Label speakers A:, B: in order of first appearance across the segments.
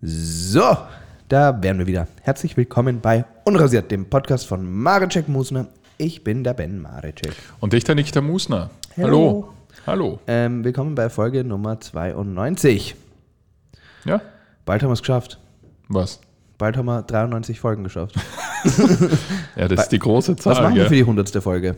A: So, da wären wir wieder. Herzlich willkommen bei Unrasiert, dem Podcast von Mareczek Musner. Ich bin der Ben Mareczek.
B: Und ich, der Nikita Musner.
A: Hallo.
B: Hallo. Hallo.
A: Ähm, willkommen bei Folge Nummer 92.
B: Ja?
A: Bald haben wir es geschafft.
B: Was?
A: Bald haben wir 93 Folgen geschafft.
B: Ja, das ist die große Zahl.
A: Was machen wir
B: gell?
A: für die 100. Folge?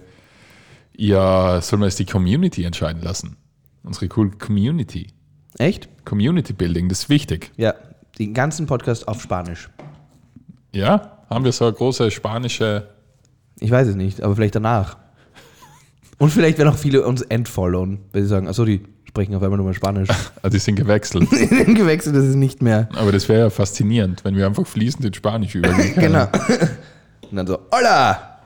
B: ja, sollen wir es die Community entscheiden lassen? Unsere cool Community.
A: Echt?
B: Community Building, das ist wichtig.
A: Ja, den ganzen Podcast auf Spanisch.
B: Ja? Haben wir so eine große spanische.
A: Ich weiß es nicht, aber vielleicht danach. Und vielleicht werden auch viele uns entfollowen, weil sie sagen, achso, die sprechen auf einmal nur mal Spanisch.
B: Ah, die sind gewechselt.
A: Gewechselt, das ist nicht mehr.
B: Aber das wäre ja faszinierend, wenn wir einfach fließend in Spanisch übergehen. können.
A: Genau. Und dann so, hola,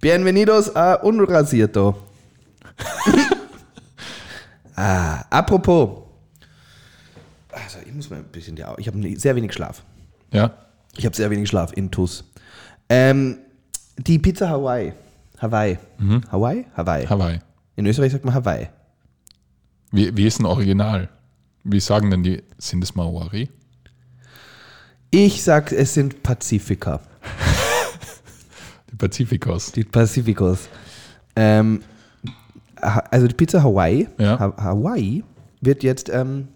A: bienvenidos a un rasierto. ah, apropos. Also ich muss mal ein bisschen die Augen, ich habe sehr wenig Schlaf.
B: Ja.
A: Ich habe sehr wenig Schlaf in TUS. Ähm, die Pizza Hawaii. Hawaii. Hawaii? Hawaii.
B: Hawaii.
A: In Österreich sagt man Hawaii.
B: Wie, wie ist ein Original? Wie sagen denn die, sind es Maori?
A: Ich sag, es sind Pazifika.
B: Die Pazifikos.
A: Die Pacificos. Ähm, ha- also die Pizza Hawaii,
B: Ja.
A: ha Hawaii wird jetzt ähm,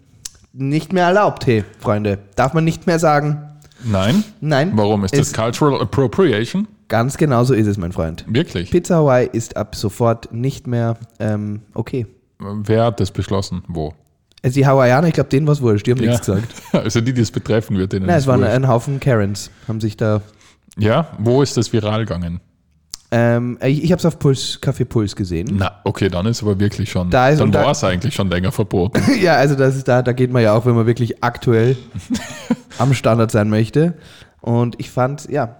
A: nicht mehr erlaubt, hey, Freunde. Darf man nicht mehr sagen.
B: Nein?
A: Nein.
B: Warum? Ist das Cultural Appropriation?
A: Ganz genau so ist es, mein Freund.
B: Wirklich?
A: Pizza Hawaii ist ab sofort nicht mehr ähm, okay.
B: Wer hat das beschlossen? Wo?
A: Also die Hawaiianer, ich glaube, denen was wurscht, die haben nichts
B: Ja.
A: gesagt.
B: Also die, die es betreffen wird, denen
A: Nein,
B: ist
A: es waren
B: wurscht.
A: ein Haufen Karens, haben sich da.
B: Ja, wo ist das viral gegangen?
A: Ähm, ich ich habe es auf Puls, Café Puls gesehen.
B: Na, okay, dann ist aber wirklich schon,
A: Da ist-
B: dann
A: und da-
B: war es eigentlich schon länger verboten.
A: ja, also das ist da, da geht man ja auch, wenn man wirklich aktuell am Standard sein möchte. Und ich fand, ja,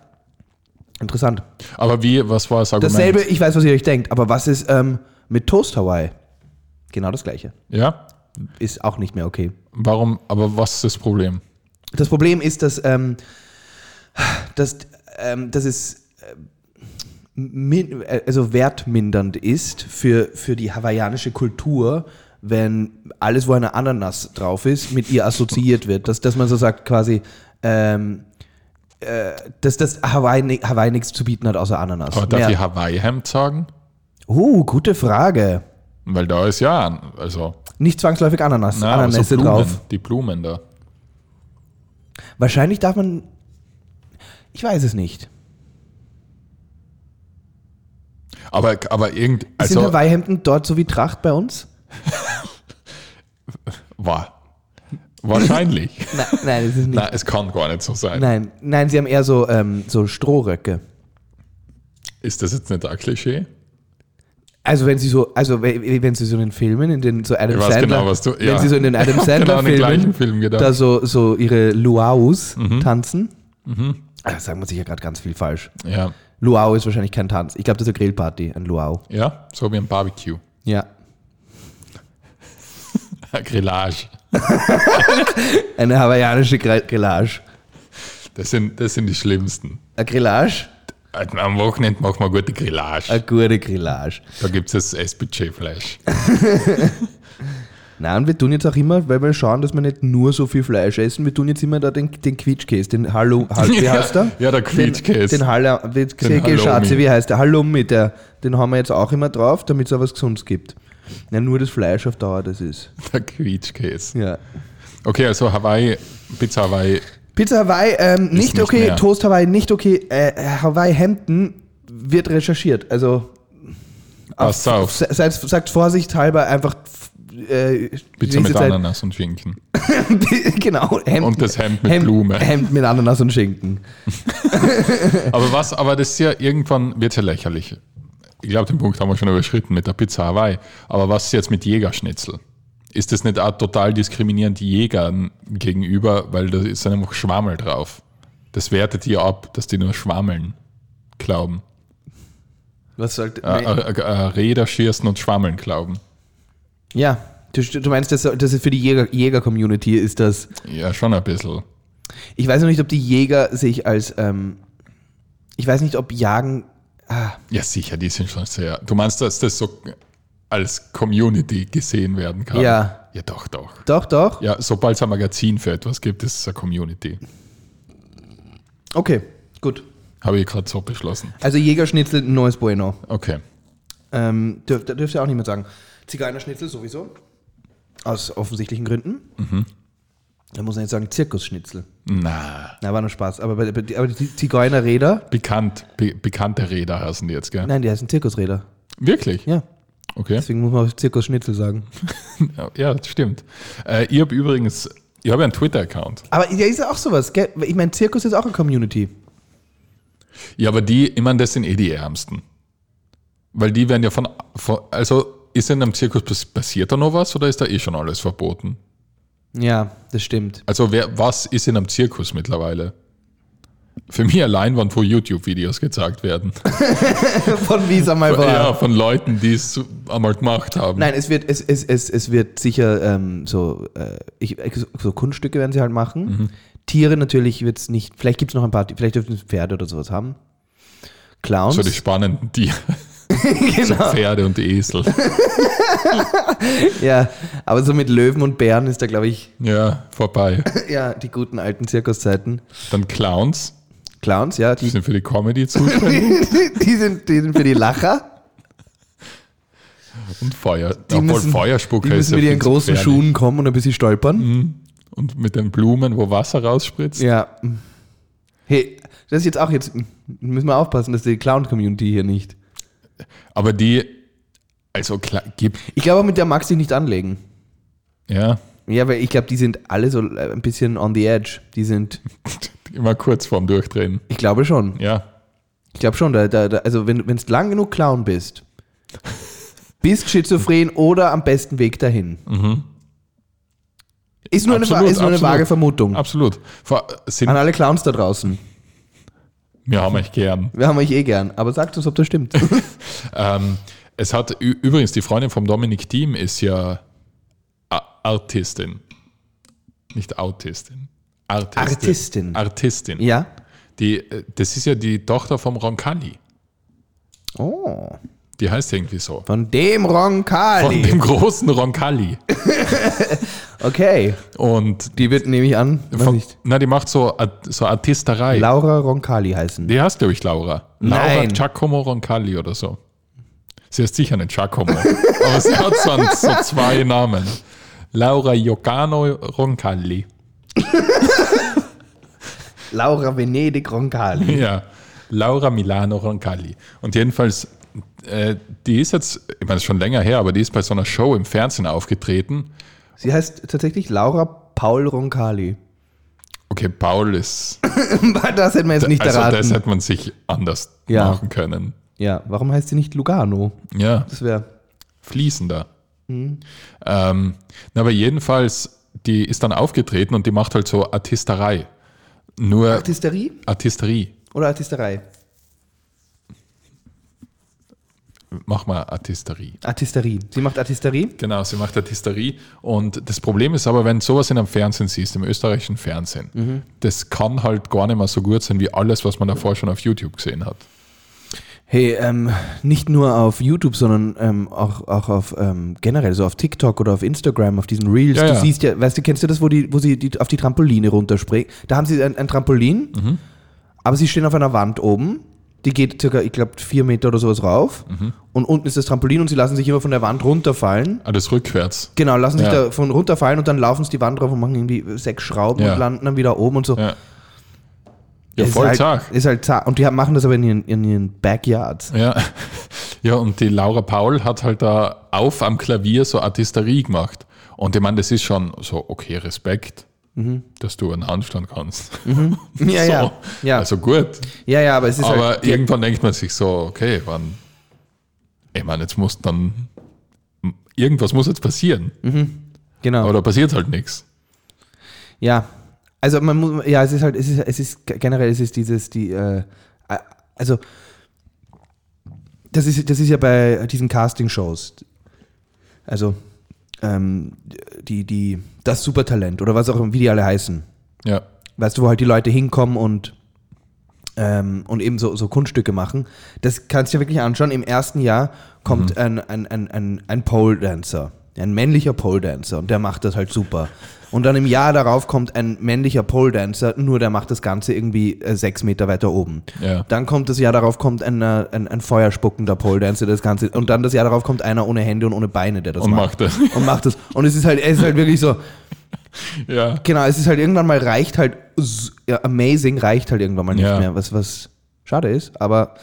A: interessant.
B: Aber wie, was war das Argument?
A: Dasselbe, ich weiß, was ihr euch denkt, aber was ist ähm, mit Toast Hawaii? Genau das gleiche.
B: Ja,
A: Ist auch nicht mehr okay.
B: warum, aber was ist das Problem?
A: Das Problem ist, dass, ähm, dass, ähm, dass es äh, min, äh, also wertmindernd ist für, für die hawaiianische Kultur, wenn alles, wo eine Ananas drauf ist, mit ihr assoziiert wird. Dass, dass man so sagt, quasi, ähm, äh, dass das Hawaii, ni- Hawaii nichts zu bieten hat außer Ananas.
B: Aber darf
A: Mehr-
B: ich Hawaii-Hemd sagen?
A: Oh, gute Frage.
B: Weil da ist ja, also,
A: Nicht zwangsläufig Ananas,
B: na, aber so
A: Ananässe
B: Blumen,
A: drauf.
B: die Blumen da.
A: Wahrscheinlich darf man. Ich weiß es nicht.
B: Aber, aber irgend,
A: Sind
B: also,
A: Hawaii-Hemden dort so wie Tracht bei uns?
B: war. Wahrscheinlich.
A: Nein, nein, das ist nicht.
B: Na, es kann gar nicht so sein.
A: Nein, nein, sie haben eher so, ähm, so Strohröcke.
B: Ist das jetzt nicht ein Klischee?
A: Also wenn sie so, also we- wenn sie so in den Filmen, in den so Adam
B: Ich weiß
A: Sandler,
B: genau, was du-
A: wenn
B: ja.
A: sie so in den Adam
B: Ich hab genau
A: Sandler
B: an den
A: Filmen,
B: gleichen Film Mhm. gedacht.
A: da so, so ihre Luaus tanzen,
B: Mhm.
A: Ah, da sagt man sich ja gerade ganz viel falsch.
B: Ja.
A: Luau ist wahrscheinlich kein Tanz. Ich glaube, das ist eine Grillparty, ein Luau.
B: Ja, so wie ein Barbecue.
A: Ja,
B: Eine Grillage.
A: eine hawaiianische Grill- Grillage.
B: Das sind, das sind die schlimmsten. Also
A: Eine Grillage,
B: Am Wochenende machen wir gute Grillage.
A: eine gute Grillage.
B: Da gibt es das SBJ-Fleisch.
A: Nein, wir tun jetzt auch immer, weil wir schauen, dass wir nicht nur so viel Fleisch essen, wir tun jetzt immer da den, den Quietschkäse, den Hallo, Hal, Also wie
B: Ja,
A: heißt der?
B: ja, der Quietschkäse.
A: Den, den Hallo, den
B: Halloumi.
A: Schatzi, wie heißt der? Halloumi, der, den haben wir jetzt auch immer drauf, damit es auch was Gesundes gibt. Ja, nur das Fleisch auf Dauer, das ist.
B: Der Quietschkäse.
A: Ja.
B: Okay, also Hawaii, Pizza Hawaii.
A: Pizza Hawaii, ähm, nicht,
B: nicht
A: okay,
B: mehr.
A: Toast Hawaii, nicht okay, äh, Hawaii Hemden wird recherchiert. Also
B: Passt auf.
A: se- seid, sagt vorsichtshalber einfach äh,
B: Pizza mit Ananas und Schinken.
A: genau, Hemden.
B: Und das Hemd mit
A: Hemd,
B: Blume.
A: Hemd mit Ananas und Schinken.
B: Aber was, aber das ist ja irgendwann wird ja lächerlich. Ich glaube, den Punkt haben wir schon überschritten mit der Pizza Hawaii. Aber was ist jetzt mit Jägerschnitzel? Ist das nicht auch total diskriminierend Jägern gegenüber, weil da ist dann einfach Schwammel drauf? Das wertet ihr ab, dass die nur Schwammeln glauben.
A: Was sollte.
B: Äh, äh, äh, Räder schießen und Schwammeln glauben.
A: Ja, du, du meinst, das, das ist für die Jäger- Jäger-Community ist das.
B: Ja, schon ein bisschen.
A: Ich weiß noch nicht, ob die Jäger sich als. Ähm, ich weiß nicht, ob Jagen. Ah,
B: Ja, sicher, die sind schon sehr. Du meinst, dass das so als Community gesehen werden kann.
A: Ja.
B: Ja, doch, doch.
A: Doch, doch.
B: Ja, sobald es ein Magazin für etwas gibt, ist es eine Community.
A: Okay, gut.
B: Habe ich gerade so beschlossen.
A: Also Jägerschnitzel, ein neues Bueno.
B: Okay.
A: Ähm, dürf, da dürft ihr auch nicht mehr sagen. Zigeunerschnitzel sowieso. Aus offensichtlichen Gründen.
B: Mhm.
A: Da muss man jetzt sagen Zirkusschnitzel.
B: Na,
A: Na, war nur Spaß. Aber, bei- bei- aber die Zigeunerräder,
B: bekannt, be bekannte Räder heißen die jetzt, gell?
A: nein, die heißen Zirkusräder.
B: Wirklich?
A: Ja,
B: Okay.
A: deswegen muss man auch Zirkusschnitzel sagen.
B: Ja, das stimmt. Äh, ich habe übrigens, ich habe einen Twitter-Account.
A: Aber ja, ist ja auch sowas, gell? Ich meine, Zirkus ist auch eine Community.
B: Ja, aber die, ich meine, das sind eh die Ärmsten. Weil die werden ja von, von also ist in einem Zirkus pass- passiert da noch was oder ist da eh schon alles verboten?
A: Ja, das stimmt.
B: Also wer, was ist in einem Zirkus mittlerweile? Für mich allein waren vor YouTube-Videos gezeigt werden.
A: Von Visa mal war.
B: ja, von Leuten, die es einmal gemacht haben.
A: Nein, es wird, es, es, es, es wird sicher ähm, so, äh, ich, so Kunststücke werden sie halt machen.
B: Mhm.
A: Tiere natürlich wird es nicht, vielleicht gibt es noch ein paar, vielleicht dürfen sie Pferde oder sowas haben. Clowns. Genau.
B: So die spannenden Tiere. So Pferde und Esel.
A: ja, aber so mit Löwen und Bären ist da, glaube ich,
B: Ja, vorbei.
A: ja, die guten alten Zirkuszeiten.
B: Dann Clowns.
A: Clowns, ja,
B: Die
A: die,
B: sind für die Comedy zuständig.
A: die, sind, die sind für die Lacher.
B: Und Feuer. Die
A: müssen-
B: Feuerspucker
A: Die müssen mit
B: ja
A: ihren
B: viel zu
A: großen
B: gefährlich. Mhm.
A: Schuhen kommen und ein bisschen stolpern.
B: Und mit den Blumen, wo Wasser rausspritzt.
A: Ja. Hey, das ist jetzt auch jetzt, müssen wir aufpassen, dass die Clown-Community hier nicht.
B: Aber die, also klar, gibt,
A: Ich glaube, auch mit der mag sich nicht anlegen.
B: ja,
A: Ja, weil ich glaube, die sind alle so äh, ein bisschen on the edge. Die sind,
B: immer kurz vorm Durchdrehen.
A: ich glaube schon.
B: Ja,
A: Ich glaube schon, da, da, da, also wenn du lang genug Clown bist, bist schizophren oder am besten Weg dahin. Ist nur, eine, wa-
B: Mhm. Absolut,
A: ist nur eine
B: absolut.
A: vage Vermutung.
B: absolut. Vor- Sind,
A: An alle Clowns da draußen.
B: wir haben euch gern.
A: Wir haben euch eh gern. Aber sagt uns, ob das stimmt.
B: Ähm, es hat ü- übrigens, die Freundin vom Dominik Thiem ist ja A- Artistin. Nicht Autistin. Artistin.
A: Artistin.
B: Artistin.
A: ja?
B: Die, äh, das ist ja die Tochter vom Roncalli.
A: Oh.
B: Die heißt irgendwie so.
A: Von dem
B: Von
A: Roncalli.
B: dem großen Roncalli.
A: Okay.
B: Und
A: Die wird, nehme ich an, weiß
B: von,
A: nicht,
B: na, die macht so, Art- so Artisterei.
A: Laura Roncalli heißen.
B: die heißt, glaube ich, Laura.
A: Nein.
B: Laura Giacomo Roncalli oder so. Sie heißt sicher nicht Giacomo, aber sie hat so, einen, so zwei Namen. Laura Giocano Roncalli.
A: Laura Venedig Roncalli.
B: Ja, Laura Milano Roncalli. Und jedenfalls, äh, die ist jetzt, ich meine, das ist schon länger her, aber die ist bei so einer Show im Fernsehen aufgetreten.
A: Sie heißt tatsächlich Laura Paul Roncalli.
B: Okay, Paul ist,
A: das hätten wir jetzt nicht
B: also
A: erraten.
B: das hätte man sich anders
A: Ja.
B: machen können.
A: Ja, warum heißt sie nicht Lugano?
B: Ja.
A: Das wäre.
B: fließender.
A: Mhm.
B: Ähm, na, aber jedenfalls, die ist dann aufgetreten und die macht halt so Artisterei. Nur
A: Artisterie
B: Artisterie.
A: oder Artisterei?
B: Mach mal Artisterie.
A: Artisterie. Sie macht Artisterie.
B: Genau, sie macht Artisterie. Und das Problem ist aber, wenn du sowas in einem Fernsehen siehst, im österreichischen Fernsehen, das kann halt gar nicht mehr so gut sein wie alles, was man davor schon auf YouTube gesehen hat.
A: Hey, ähm, nicht nur auf YouTube, sondern ähm, auch, auch auf ähm, generell, so auf TikTok oder auf Instagram, auf diesen Reels.
B: Ja,
A: du
B: ja.
A: siehst ja, weißt du, kennst du das, wo, die, wo sie die, auf die Trampoline runterspringt? Da haben sie ein, ein Trampolin,
B: Mhm.
A: aber sie stehen auf einer Wand oben. Die geht circa, ich glaube, vier Meter oder sowas rauf.
B: Mhm.
A: Und unten ist das Trampolin und sie lassen sich immer von der Wand runterfallen.
B: Alles Ah, rückwärts.
A: Genau, lassen sich
B: Ja.
A: davon runterfallen und dann laufen sie die Wand drauf und machen irgendwie sechs Schrauben
B: Ja.
A: und landen dann wieder oben und so.
B: Ja, ja
A: Ist
B: voll
A: halt,
B: zart.
A: Ist halt zart. Und die haben- machen das aber in ihren, in ihren Backyards.
B: Ja. ja, und die Laura Paul hat halt da auf am Klavier so Artisterie gemacht. Und ich meine, das ist schon so, okay, Respekt, dass du einen Handstand kannst.
A: Ja,
B: so.
A: ja. Ja.
B: Also gut.
A: ja, ja, aber es ist
B: Aber
A: halt.
B: irgendwann denkt man sich so, okay, wann. Ich meine, jetzt muss dann. Irgendwas muss jetzt passieren.
A: Genau.
B: Aber da passiert halt nichts.
A: Ja. Also man muss, ja, es ist halt, es ist, es ist generell, es ist dieses, die, äh, äh, also das ist, das ist ja bei diesen Casting-Shows. Also, ähm, die, die, das Supertalent oder was auch immer, wie die alle heißen.
B: Ja.
A: Weißt du, wo halt die Leute hinkommen und ähm, und eben so, so Kunststücke machen. Das kannst du dir wirklich anschauen. Im ersten Jahr kommt
B: Mhm.
A: ein, ein, ein, ein, ein Pole Dancer, ein männlicher Pole Dancer und der macht das halt super. Und dann im Jahr darauf kommt ein männlicher Pole Dancer, nur der macht das Ganze irgendwie äh, sechs Meter weiter oben.
B: Ja.
A: Dann kommt das Jahr darauf kommt ein, äh, ein, ein feuerspuckender Pole Dancer, das Ganze. Und dann das Jahr darauf kommt einer ohne Hände und ohne Beine, der das
B: Und
A: macht.
B: macht das.
A: Und macht das. Und es ist halt, es ist halt wirklich so,
B: Ja.
A: Genau, es ist halt irgendwann mal reicht halt, s- ja, amazing reicht halt irgendwann mal nicht
B: Ja.
A: mehr, was, was schade ist, aber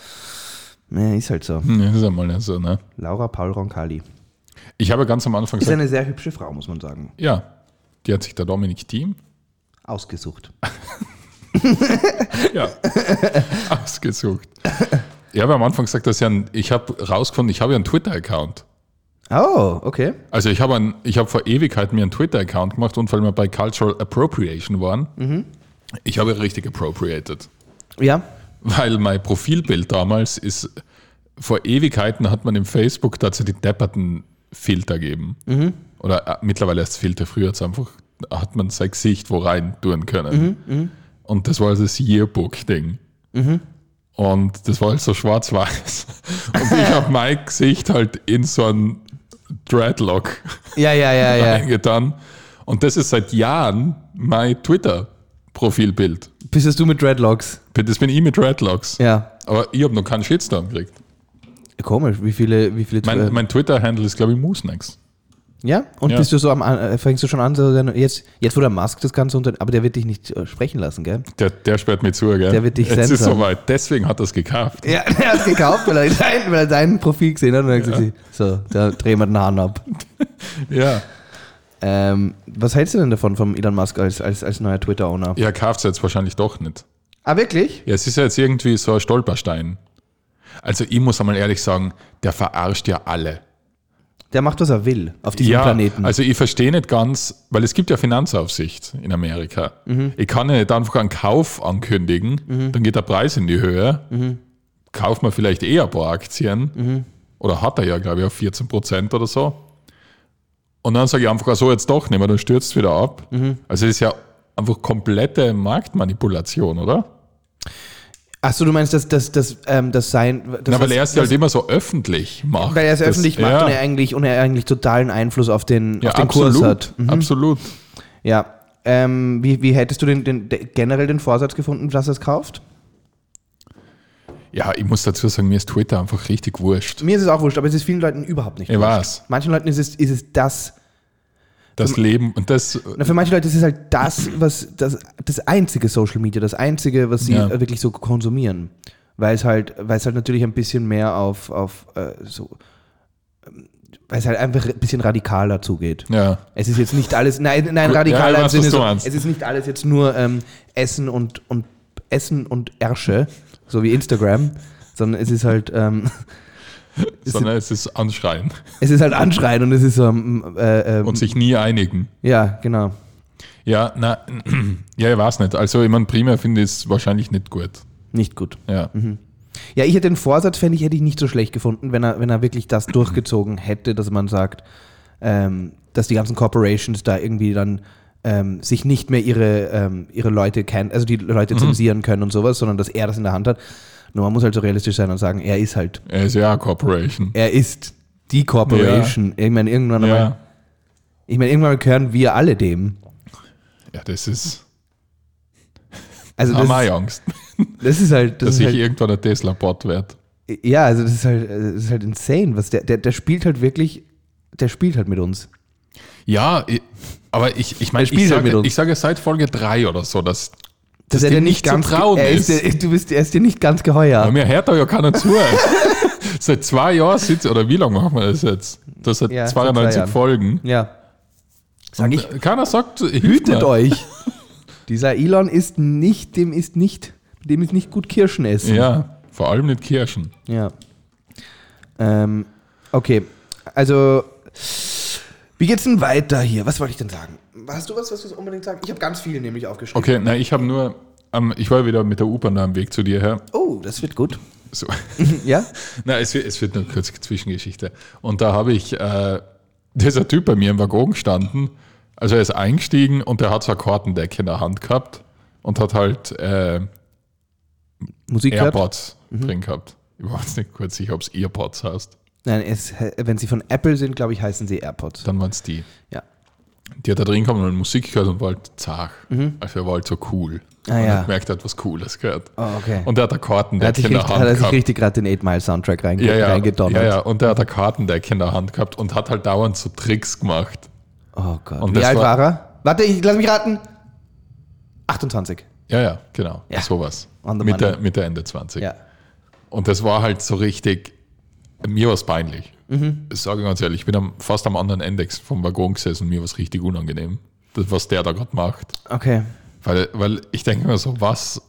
A: ne, ist halt so.
B: Hm, Das ist ja mal nicht so, ne?
A: Laura Paul Roncalli.
B: Ich habe ganz am Anfang
A: Ist
B: gesagt,
A: eine sehr hübsche Frau, muss man sagen.
B: ja, die hat sich der Dominik Thiem
A: Ausgesucht.
B: ja, ausgesucht. Ich habe am Anfang gesagt, dass ich, einen, ich habe rausgefunden, ich habe ja einen Twitter-Account.
A: Oh, okay.
B: Also ich habe, einen, ich habe vor Ewigkeiten mir einen Twitter-Account gemacht und weil wir bei Cultural Appropriation waren,
A: Mhm.
B: ich habe richtig appropriated.
A: Ja.
B: Weil mein Profilbild damals ist, vor Ewigkeiten hat man im Facebook dazu die depperten Filter gegeben. Oder äh, mittlerweile erst Filter, früher hat's einfach, hat man sein Gesicht wo rein tun können. Und das war also das Yearbook-Ding. Und das war halt so schwarz-weiß. Und ich habe mein Gesicht halt in so einen Dreadlock
A: Ja, ja, ja, ja.
B: reingetan. Und das ist seit Jahren mein Twitter-Profilbild.
A: Bist du mit Dreadlocks?
B: Das bin ich mit Dreadlocks.
A: Ja.
B: Aber ich habe noch keinen Shitstorm gekriegt.
A: Komisch, wie viele, wie viele
B: Mein, mein Twitter-Handle ist, glaube ich, Moosenex.
A: Ja? Und
B: Ja.
A: bist du so am An- äh, fängst du schon an, so deine- jetzt, jetzt wo der Musk das Ganze unter. Aber der wird dich nicht äh, sprechen lassen, gell?
B: Der, der sperrt mir zu, gell?
A: Der wird dich
B: Jetzt ist
A: sensor.
B: soweit. Deswegen hat er es gekauft.
A: Ja, er hat gekauft, weil er, dein, weil er dein Profil gesehen hat und dann hat er gesagt, so, da drehen wir den Hahn ab.
B: Ja.
A: Ähm, was hältst du denn davon vom Elon Musk als, als, als neuer Twitter-Owner?
B: Er kauft es jetzt wahrscheinlich doch nicht.
A: Ah, wirklich?
B: Ja, es ist ja jetzt irgendwie so ein Stolperstein. Also, ich muss einmal ehrlich sagen, der verarscht ja alle.
A: Der macht, was er will auf diesem Planeten.
B: also ich verstehe nicht ganz, weil es gibt ja Finanzaufsicht in Amerika.
A: Mhm.
B: Ich kann ja nicht einfach einen Kauf ankündigen, dann geht der Preis in die Höhe.
A: Mhm.
B: Kauft man vielleicht eher ein paar Aktien oder hat er ja, glaube ich, auf 14 Prozent oder so. Und dann sage ich einfach, ah, so jetzt doch nicht mehr, dann stürzt es wieder ab.
A: Mhm.
B: Also das ist ja einfach komplette Marktmanipulation, oder?
A: Achso, du meinst, dass, dass, dass, ähm, das sein. dass
B: Na, weil
A: das-
B: er es halt immer so öffentlich macht.
A: weil er es
B: Das-
A: öffentlich macht
B: ja,
A: und, er eigentlich, und er eigentlich totalen Einfluss auf den,
B: ja,
A: auf den
B: absolut,
A: Kurs hat. Mhm.
B: Absolut.
A: Ja. Ähm, wie, wie hättest du den, den, de- generell den Vorsatz gefunden, dass er es kauft?
B: Ja, ich muss dazu sagen, mir ist Twitter einfach richtig wurscht.
A: Mir ist es auch wurscht, aber es ist vielen Leuten überhaupt nicht
B: Ich
A: wurscht.
B: weiß.
A: Manchen Leuten ist es, ist es das.
B: Das Leben und das, äh,
A: Na, für manche Leute ist es halt das, was das, das einzige Social Media, das einzige, was sie
B: Ja.
A: äh, wirklich so konsumieren. Weil es halt, weil es halt natürlich ein bisschen mehr auf, auf äh, so, ähm, weil es halt einfach ein bisschen radikaler zugeht.
B: ja,
A: Es ist jetzt nicht alles, nein, nein,
B: Gut,
A: radikaler
B: ja, ich
A: im
B: weiß, was
A: Sinne
B: du
A: so,
B: meinst.
A: es ist nicht alles jetzt nur ähm, Essen und, und Essen und Ärsche, so wie Instagram, sondern es ist halt, ähm,
B: sondern es ist Anschreien
A: es ist halt Anschreien und es ist so, ähm, äh, ähm,
B: und sich nie einigen.
A: ja, genau.
B: Ja, na, ja, ich weiß nicht. Also, ich meine, primär finde ich es wahrscheinlich nicht gut.
A: Nicht gut.
B: Ja.
A: Ja, ich hätte den Vorsatz, fände ich, hätte ich nicht so schlecht gefunden, wenn er, wenn er wirklich das durchgezogen hätte, dass man sagt, ähm, dass die ganzen Corporations da irgendwie dann ähm, sich nicht mehr ihre, ähm, ihre Leute kennen, also die
B: Mhm.
A: Leute zensieren können und sowas, sondern dass er das in der Hand hat. Nur man muss halt so realistisch sein und sagen, er ist halt,
B: Er ist ja eine Corporation.
A: er ist die Corporation. Ich meine, irgendwann
B: Ja.
A: einmal,
B: ja.
A: ich meine, irgendwann gehören wir alle dem.
B: das ist.
A: Also
B: Da habe ich
A: das,
B: Angst,
A: das ist halt, das
B: Ah, dass
A: ist
B: ich
A: halt
B: irgendwann ein Tesla-Bot werde.
A: Ja, also das ist halt, das ist halt insane, was der, der, der spielt halt wirklich, der spielt halt mit uns.
B: Ja, ich, aber ich, ich meine,
A: Er spielt
B: ich,
A: ja
B: sage-
A: mit uns.
B: ich sage seit Folge 3 oder so, dass,
A: dass
B: dass
A: er
B: dir
A: dir nicht
B: nicht zu
A: ganz
B: trauen
A: er ist.
B: ist.
A: Dir, du bist, er ist dir nicht ganz
B: bei
A: geheuer.
B: mir hört da ja keiner zu. seit zwei Jahren sitzt, oder wie lange machen wir das jetzt? Das hat
A: Ja, seit zwei
B: 92
A: Jahren.
B: Folgen.
A: Ja. Sag ich,
B: Keiner sagt,
A: hütet euch. Dieser Elon ist nicht, dem ist nicht, dem ist nicht gut Kirschen essen.
B: Ja, vor allem nicht Kirschen.
A: Ja. Ähm, okay, also wie geht's denn weiter hier? Was wollte ich denn sagen? Hast du was, was du unbedingt sagen? Ich habe ganz viel nämlich aufgeschrieben.
B: Okay, na, ich habe nur, ähm, ich war wieder mit der U-Bahn da am Weg zu dir her.
A: Oh, das wird gut.
B: So.
A: ja?
B: na, es, wird- es wird nur kurz Zwischengeschichte. Und da habe ich, äh, dieser Typ bei mir im Waggon gestanden. Also er ist eingestiegen und er hat so ein Kartendeck in der Hand gehabt und hat halt äh,
A: Musik gehört?
B: AirPods
A: Mhm.
B: drin gehabt. Ich war jetzt nicht kurz sicher, ob es EarPods heißt.
A: Nein, es, wenn sie von Apple sind, glaube ich, heißen sie AirPods.
B: Dann waren es die.
A: Ja.
B: Die hat da drin gekommen und Musik gehört und war halt zach. Also er war halt so cool.
A: Mhm. Ah,
B: und
A: ja.
B: hat gemerkt, er hat was Cooles gehört.
A: Oh, okay.
B: Und er hat ein
A: Da hat
B: Kartendeck
A: sich
B: in der
A: richtig,
B: Hand
A: hat er sich
B: gehabt.
A: richtig gerade den 8 Mile Soundtrack reinge
B: Ja, ja.
A: reingedonnert.
B: ja, ja. Und er hat ein Kartendeck in der Hand gehabt und hat halt dauernd so Tricks gemacht.
A: Oh Gott.
B: Und
A: Wie
B: das
A: alt war,
B: war-
A: er? Warte, ich lass mich raten. 28.
B: Ja, ja, genau.
A: Ja.
B: Sowas.
A: On the
B: Mit
A: money.
B: der, mit der Ende 20.
A: Ja.
B: Und das war halt so richtig, mir war es peinlich.
A: Mhm.
B: Das sage ich ganz ehrlich, ich bin am, fast am anderen Ende vom Waggon gesessen und mir war es richtig unangenehm, das, was der da gerade macht.
A: Okay.
B: Weil, weil ich denke mir so, was,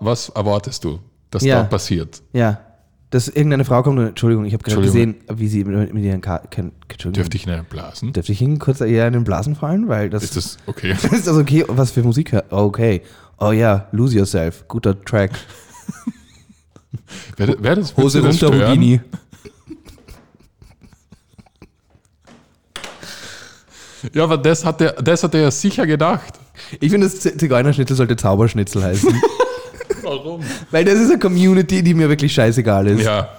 B: was erwartest du, dass
A: Ja.
B: da passiert?
A: Ja. Dass irgendeine Frau kommt und Entschuldigung, ich habe gerade gesehen,
B: Entschuldigung.
A: wie sie mit, mit ihren Karten. Entschuldigung.
B: Dürfte ich in blasen?
A: Dürfte ich Ihnen kurz eher in den Blasen fallen? Weil das
B: Ist das okay?
A: ist also okay. Was für Musik hört. Okay. Oh ja, Lose Yourself. Guter Track.
B: Wer, wer das
A: Hose
B: würde das
A: runter,
B: stören?
A: Houdini.
B: Ja, aber das hat, der, das hat er ja sicher gedacht.
A: Ich finde, das Z- Zigeunerschnitzel sollte Zauberschnitzel heißen.
B: Warum?
A: weil das ist eine Community, die mir wirklich scheißegal ist.
B: Ja,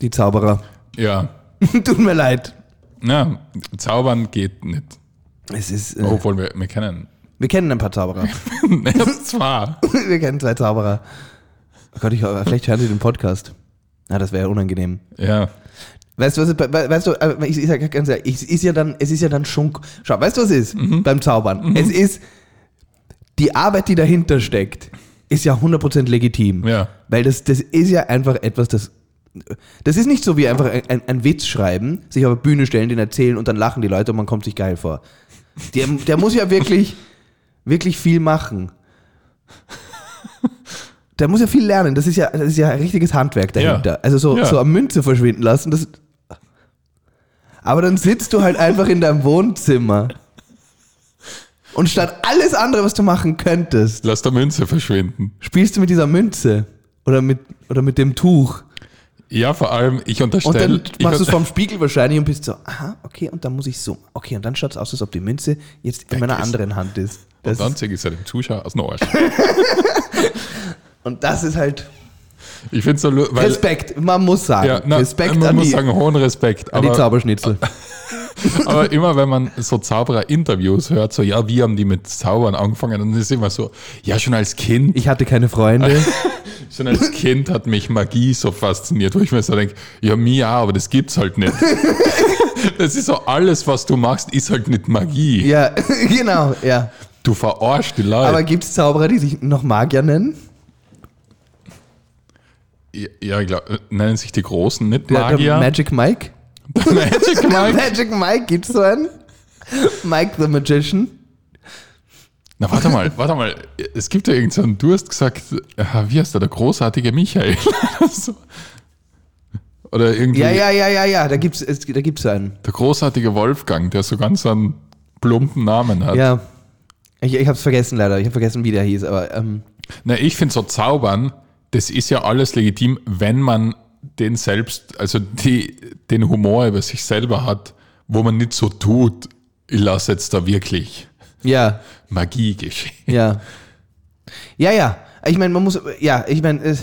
A: Die Zauberer.
B: ja.
A: Tut mir leid.
B: Na, zaubern geht nicht.
A: Es ist. Äh,
B: Obwohl wir, wir kennen.
A: Wir kennen ein paar Zauberer.
B: Zwar.
A: wir kennen zwei Zauberer. Oh Gott, ich, vielleicht hören sie den Podcast. Na, das wäre ja unangenehm.
B: Ja.
A: Weißt du, was, we- weißt du, aber ich, ich sag ganz ehrlich, es ist ja dann, es ist ja dann schon, schau, weißt du, was es ist beim Zaubern? Es ist, die Arbeit, die dahinter steckt, ist ja 100% legitim.
B: Ja.
A: Weil das, das ist ja einfach etwas, das, das ist nicht so wie einfach ein, ein, ein Witz schreiben, sich auf eine Bühne stellen, den erzählen und dann lachen die Leute und man kommt sich geil vor. Der, der muss ja wirklich, wirklich viel machen. Der muss ja viel lernen. Das ist ja, das ist ja ein richtiges Handwerk dahinter.
B: Ja.
A: Also so,
B: Ja.
A: so eine Münze verschwinden lassen, das, aber dann sitzt du halt einfach in deinem Wohnzimmer. Und statt alles andere, was du machen könntest,
B: Lass der Münze verschwinden.
A: spielst du mit dieser Münze oder mit, oder mit dem Tuch.
B: Ja, vor allem, ich
A: Und
B: unterstelle.
A: dann
B: ich-
A: machst du es vorm Spiegel wahrscheinlich und bist so, aha, okay, und dann muss ich so. Okay, und dann schaut es aus, als ob die Münze jetzt in meiner
B: ist.
A: anderen Hand ist. Das
B: Und dann
A: ist,
B: zeige ich es ja dem Zuschauer aus dem Arsch.
A: und das ist halt
B: Ich finde es so, lu- weil,
A: Respekt, man muss sagen.
B: ja, na,
A: Respekt
B: man
A: an
B: muss
A: die,
B: sagen, hohen Respekt.
A: an die
B: Aber,
A: Zauberschnitzel.
B: aber immer, wenn man so Zauberer-Interviews hört, so, ja, wie haben die mit Zaubern angefangen? Dann ist immer so, ja, schon als Kind,
A: Ich hatte keine Freunde.
B: schon als Kind hat mich Magie so fasziniert, wo ich mir so denke, ja, mir ja, aber das gibt's halt nicht. das ist so, alles, was du machst, ist halt nicht Magie.
A: ja, genau, ja.
B: Du verarschst die Leute.
A: Aber gibt es Zauberer, die sich noch Magier nennen?
B: ja, ja, ich glaub, äh, nennen sich die Großen nicht
A: Der, der
B: Magier?
A: Magic Mike?
B: Der Magic
A: Der
B: Mike?
A: Magic Mike, gibt's so einen? Mike the Magician?
B: Na, warte mal, warte mal. Es gibt ja irgendeinen, so einen- du hast gesagt, ah, wie heißt der, der großartige Michael? so. Oder irgendwie
A: Ja, ja, ja, ja, ja, da gibt's, es, da gibt's so einen.
B: der großartige Wolfgang, der so ganz einen plumpen Namen hat.
A: Ja. Ich, ich hab's vergessen leider, ich hab vergessen, wie der hieß, aber ähm,
B: Na, ich finde so Zaubern, das ist ja alles legitim, wenn man den selbst, also die, den Humor über sich selber hat, wo man nicht so tut, ich lasse jetzt da wirklich
A: ja,
B: Magie geschehen.
A: ja. Ja, ja, ich meine, man muss, ja, ich meine, äh,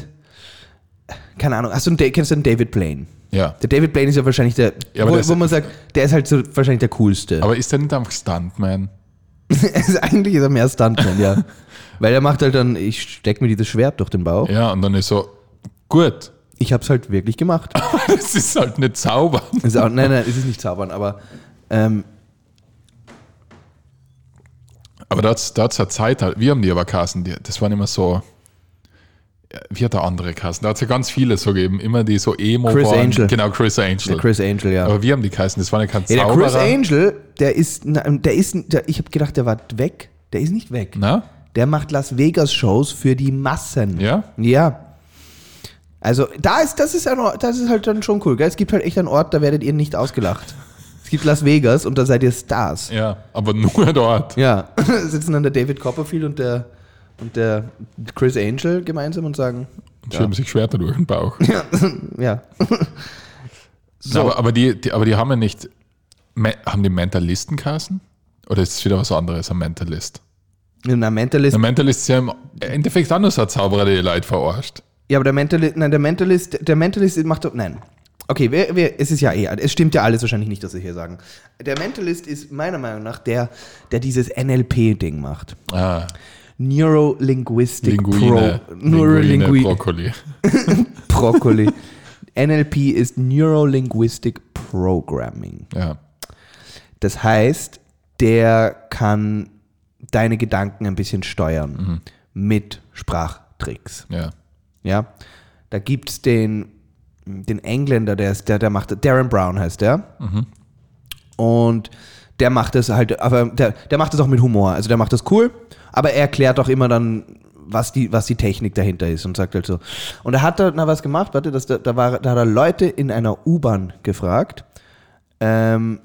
A: keine Ahnung, hast du einen, Da- kennst du den David Blaine?
B: Ja.
A: Der David Blaine ist ja wahrscheinlich der,
B: Ja, aber
A: wo,
B: der ist-
A: wo man sagt, der ist halt so wahrscheinlich der Coolste.
B: Aber ist der nicht einfach Stuntman?
A: Also Eigentlich ist er mehr Stuntman, ja. Weil er macht halt dann, ich steck mir dieses Schwert durch den Bauch.
B: Ja, und dann ist so, gut,
A: Ich hab's halt wirklich gemacht.
B: das ist halt nicht zaubern.
A: Ist auch, nein, nein, es ist nicht zaubern, aber ähm,
B: Aber da hat's- da hat's ja Zeit, halt- wir haben die aber Kassen, die, das waren immer so, ja, wie hat der andere Kassen? Da hat es ja ganz viele so gegeben, immer die so Emo
A: Chris
B: waren.
A: Angel.
B: Genau, Chris Angel.
A: der Chris Angel, ja.
B: aber wir haben die Kassen, das war ja kein
A: ja der Chris
B: Zauberer.
A: Angel, der ist, na, der ist, der, ich habe gedacht, der war weg. Der ist nicht weg.
B: Na?
A: Der macht Las Vegas Shows für die Massen.
B: Ja?
A: Ja. Also da ist, das ist ein Ort, das ist halt dann schon cool. Gell? Es gibt halt echt einen Ort, da werdet ihr nicht ausgelacht. Es gibt Las Vegas und da seid ihr Stars.
B: Ja, aber nur dort.
A: Ja, sitzen dann der David Copperfield und der und der Chris Angel gemeinsam und sagen,
B: Und schieben sich Schwerter durch den Bauch.
A: ja,
B: Na, aber, aber, die, die, aber die haben ja nicht, Me- haben die Mentalisten Kassen? Oder ist es wieder was anderes, ein Mentalist?
A: na Mentalist
B: Der Mentalist ist ja im Endeffekt auch nur so ein Zauberer, der die Leute verarscht.
A: Ja, aber der Mentalist, nein, der Mentalist, der Mentalist macht doch, nein. Okay, wer, wer, es ist ja eh, es stimmt ja alles wahrscheinlich nicht, was wir hier sagen. Der Mentalist ist meiner Meinung nach der, der dieses NLP-Ding macht.
B: Ah,
A: Neurolinguistic
B: Linguine.
A: Pro.
B: Linguine,
A: Neurolingui
B: Brokkoli.
A: Broccoli. NLP ist Neurolinguistic Programming.
B: Ja.
A: Das heißt, der kann deine Gedanken ein bisschen steuern
B: Mhm.
A: mit Sprachtricks.
B: Ja.
A: Ja, da gibt's den, den Engländer, der ist, der, der macht, Darren Brown heißt der. Und der macht das halt, aber der, der macht das auch mit Humor. Also der macht das cool, aber er erklärt auch immer dann, was die, was die Technik dahinter ist und sagt halt so. Und er hat da na, was gemacht, warte, das, da, da, war, da hat er Leute in einer U-Bahn gefragt, ähm,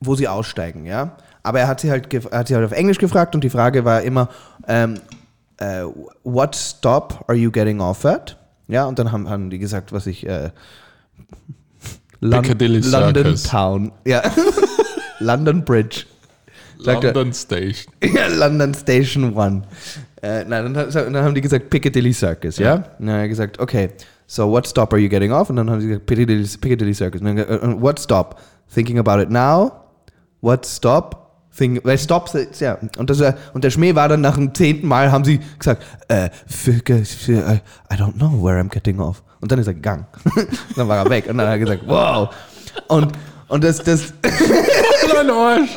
A: wo sie aussteigen, ja. Aber er hat sie halt, gef- er hat sie halt auf Englisch gefragt und die Frage war immer, ähm, äh, what stop are you getting off at? Ja, und dann haben, haben die gesagt, was ich äh, Lon-
B: Piccadilly
A: London
B: Circus.
A: Town, ja, London Bridge. Sagt er-
B: London Station.
A: Ja, London Station One. Äh, nein, dann, hat- dann haben die gesagt Piccadilly Circus, ja?
B: Ja.
A: Und Dann hat er gesagt, okay, so what stop are you getting off? Und dann haben sie gesagt Piccadilly, Piccadilly Circus. Und dann, äh, äh, what stop? Thinking about it now? What stop? Think, weil Stops, äh, ja. Und, das, äh, und der Schmäh war dann nach dem zehnten Mal, haben sie gesagt, äh, für, für, I, I don't know where I'm getting off. Und dann ist er gegangen. dann war er weg. Und dann hat er gesagt, wow. Und, und das, das,
B: Nein, Arsch.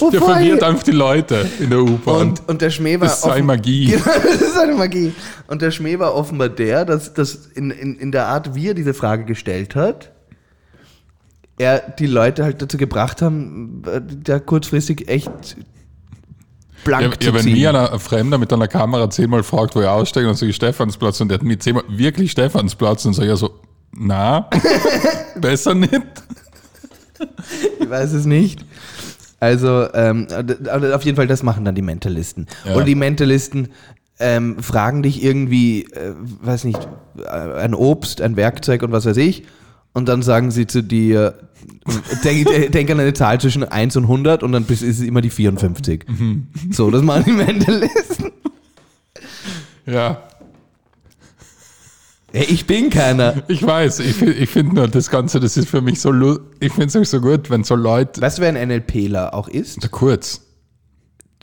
A: Wo
B: Der
A: war ich?
B: verwirrt einfach die Leute in der U-Bahn.
A: Und, äh, und der Schmäh war
B: Das ist seine
A: offen-
B: Magie.
A: Genau, das ist seine Magie. Und der Schmäh war offenbar der, dass, dass in, in, in der Art, wie er diese Frage gestellt hat, er die Leute halt dazu gebracht haben, äh, da kurzfristig echt
B: Ja,
A: blank
B: ja,
A: zu
B: wenn
A: ziehen.
B: mir einer- ein Fremder mit einer Kamera zehnmal fragt, wo er aussteigt, dann sage ich Stephansplatz und der hat mir zehnmal wirklich Stephansplatz und sage ich ja so, na, besser nicht.
A: Ich weiß es nicht. Also, ähm, d- aber auf jeden Fall, das machen dann die Mentalisten.
B: Ja.
A: Und die Mentalisten ähm, fragen dich irgendwie, äh, weiß nicht, äh, ein Obst, ein Werkzeug und was weiß ich. Und dann sagen sie zu dir, denk, de- denk an eine Zahl zwischen 1 und 100 und dann bist- ist es immer die 54. So, das machen die Mentalisten.
B: Ja,
A: Hey, ich bin keiner.
B: ich weiß, ich, fi- ich finde nur das Ganze, das ist für mich so, lu- ich finde es so gut, wenn so Leute,
A: Weißt du, wer ein NLPler auch ist?
B: unter Kurz,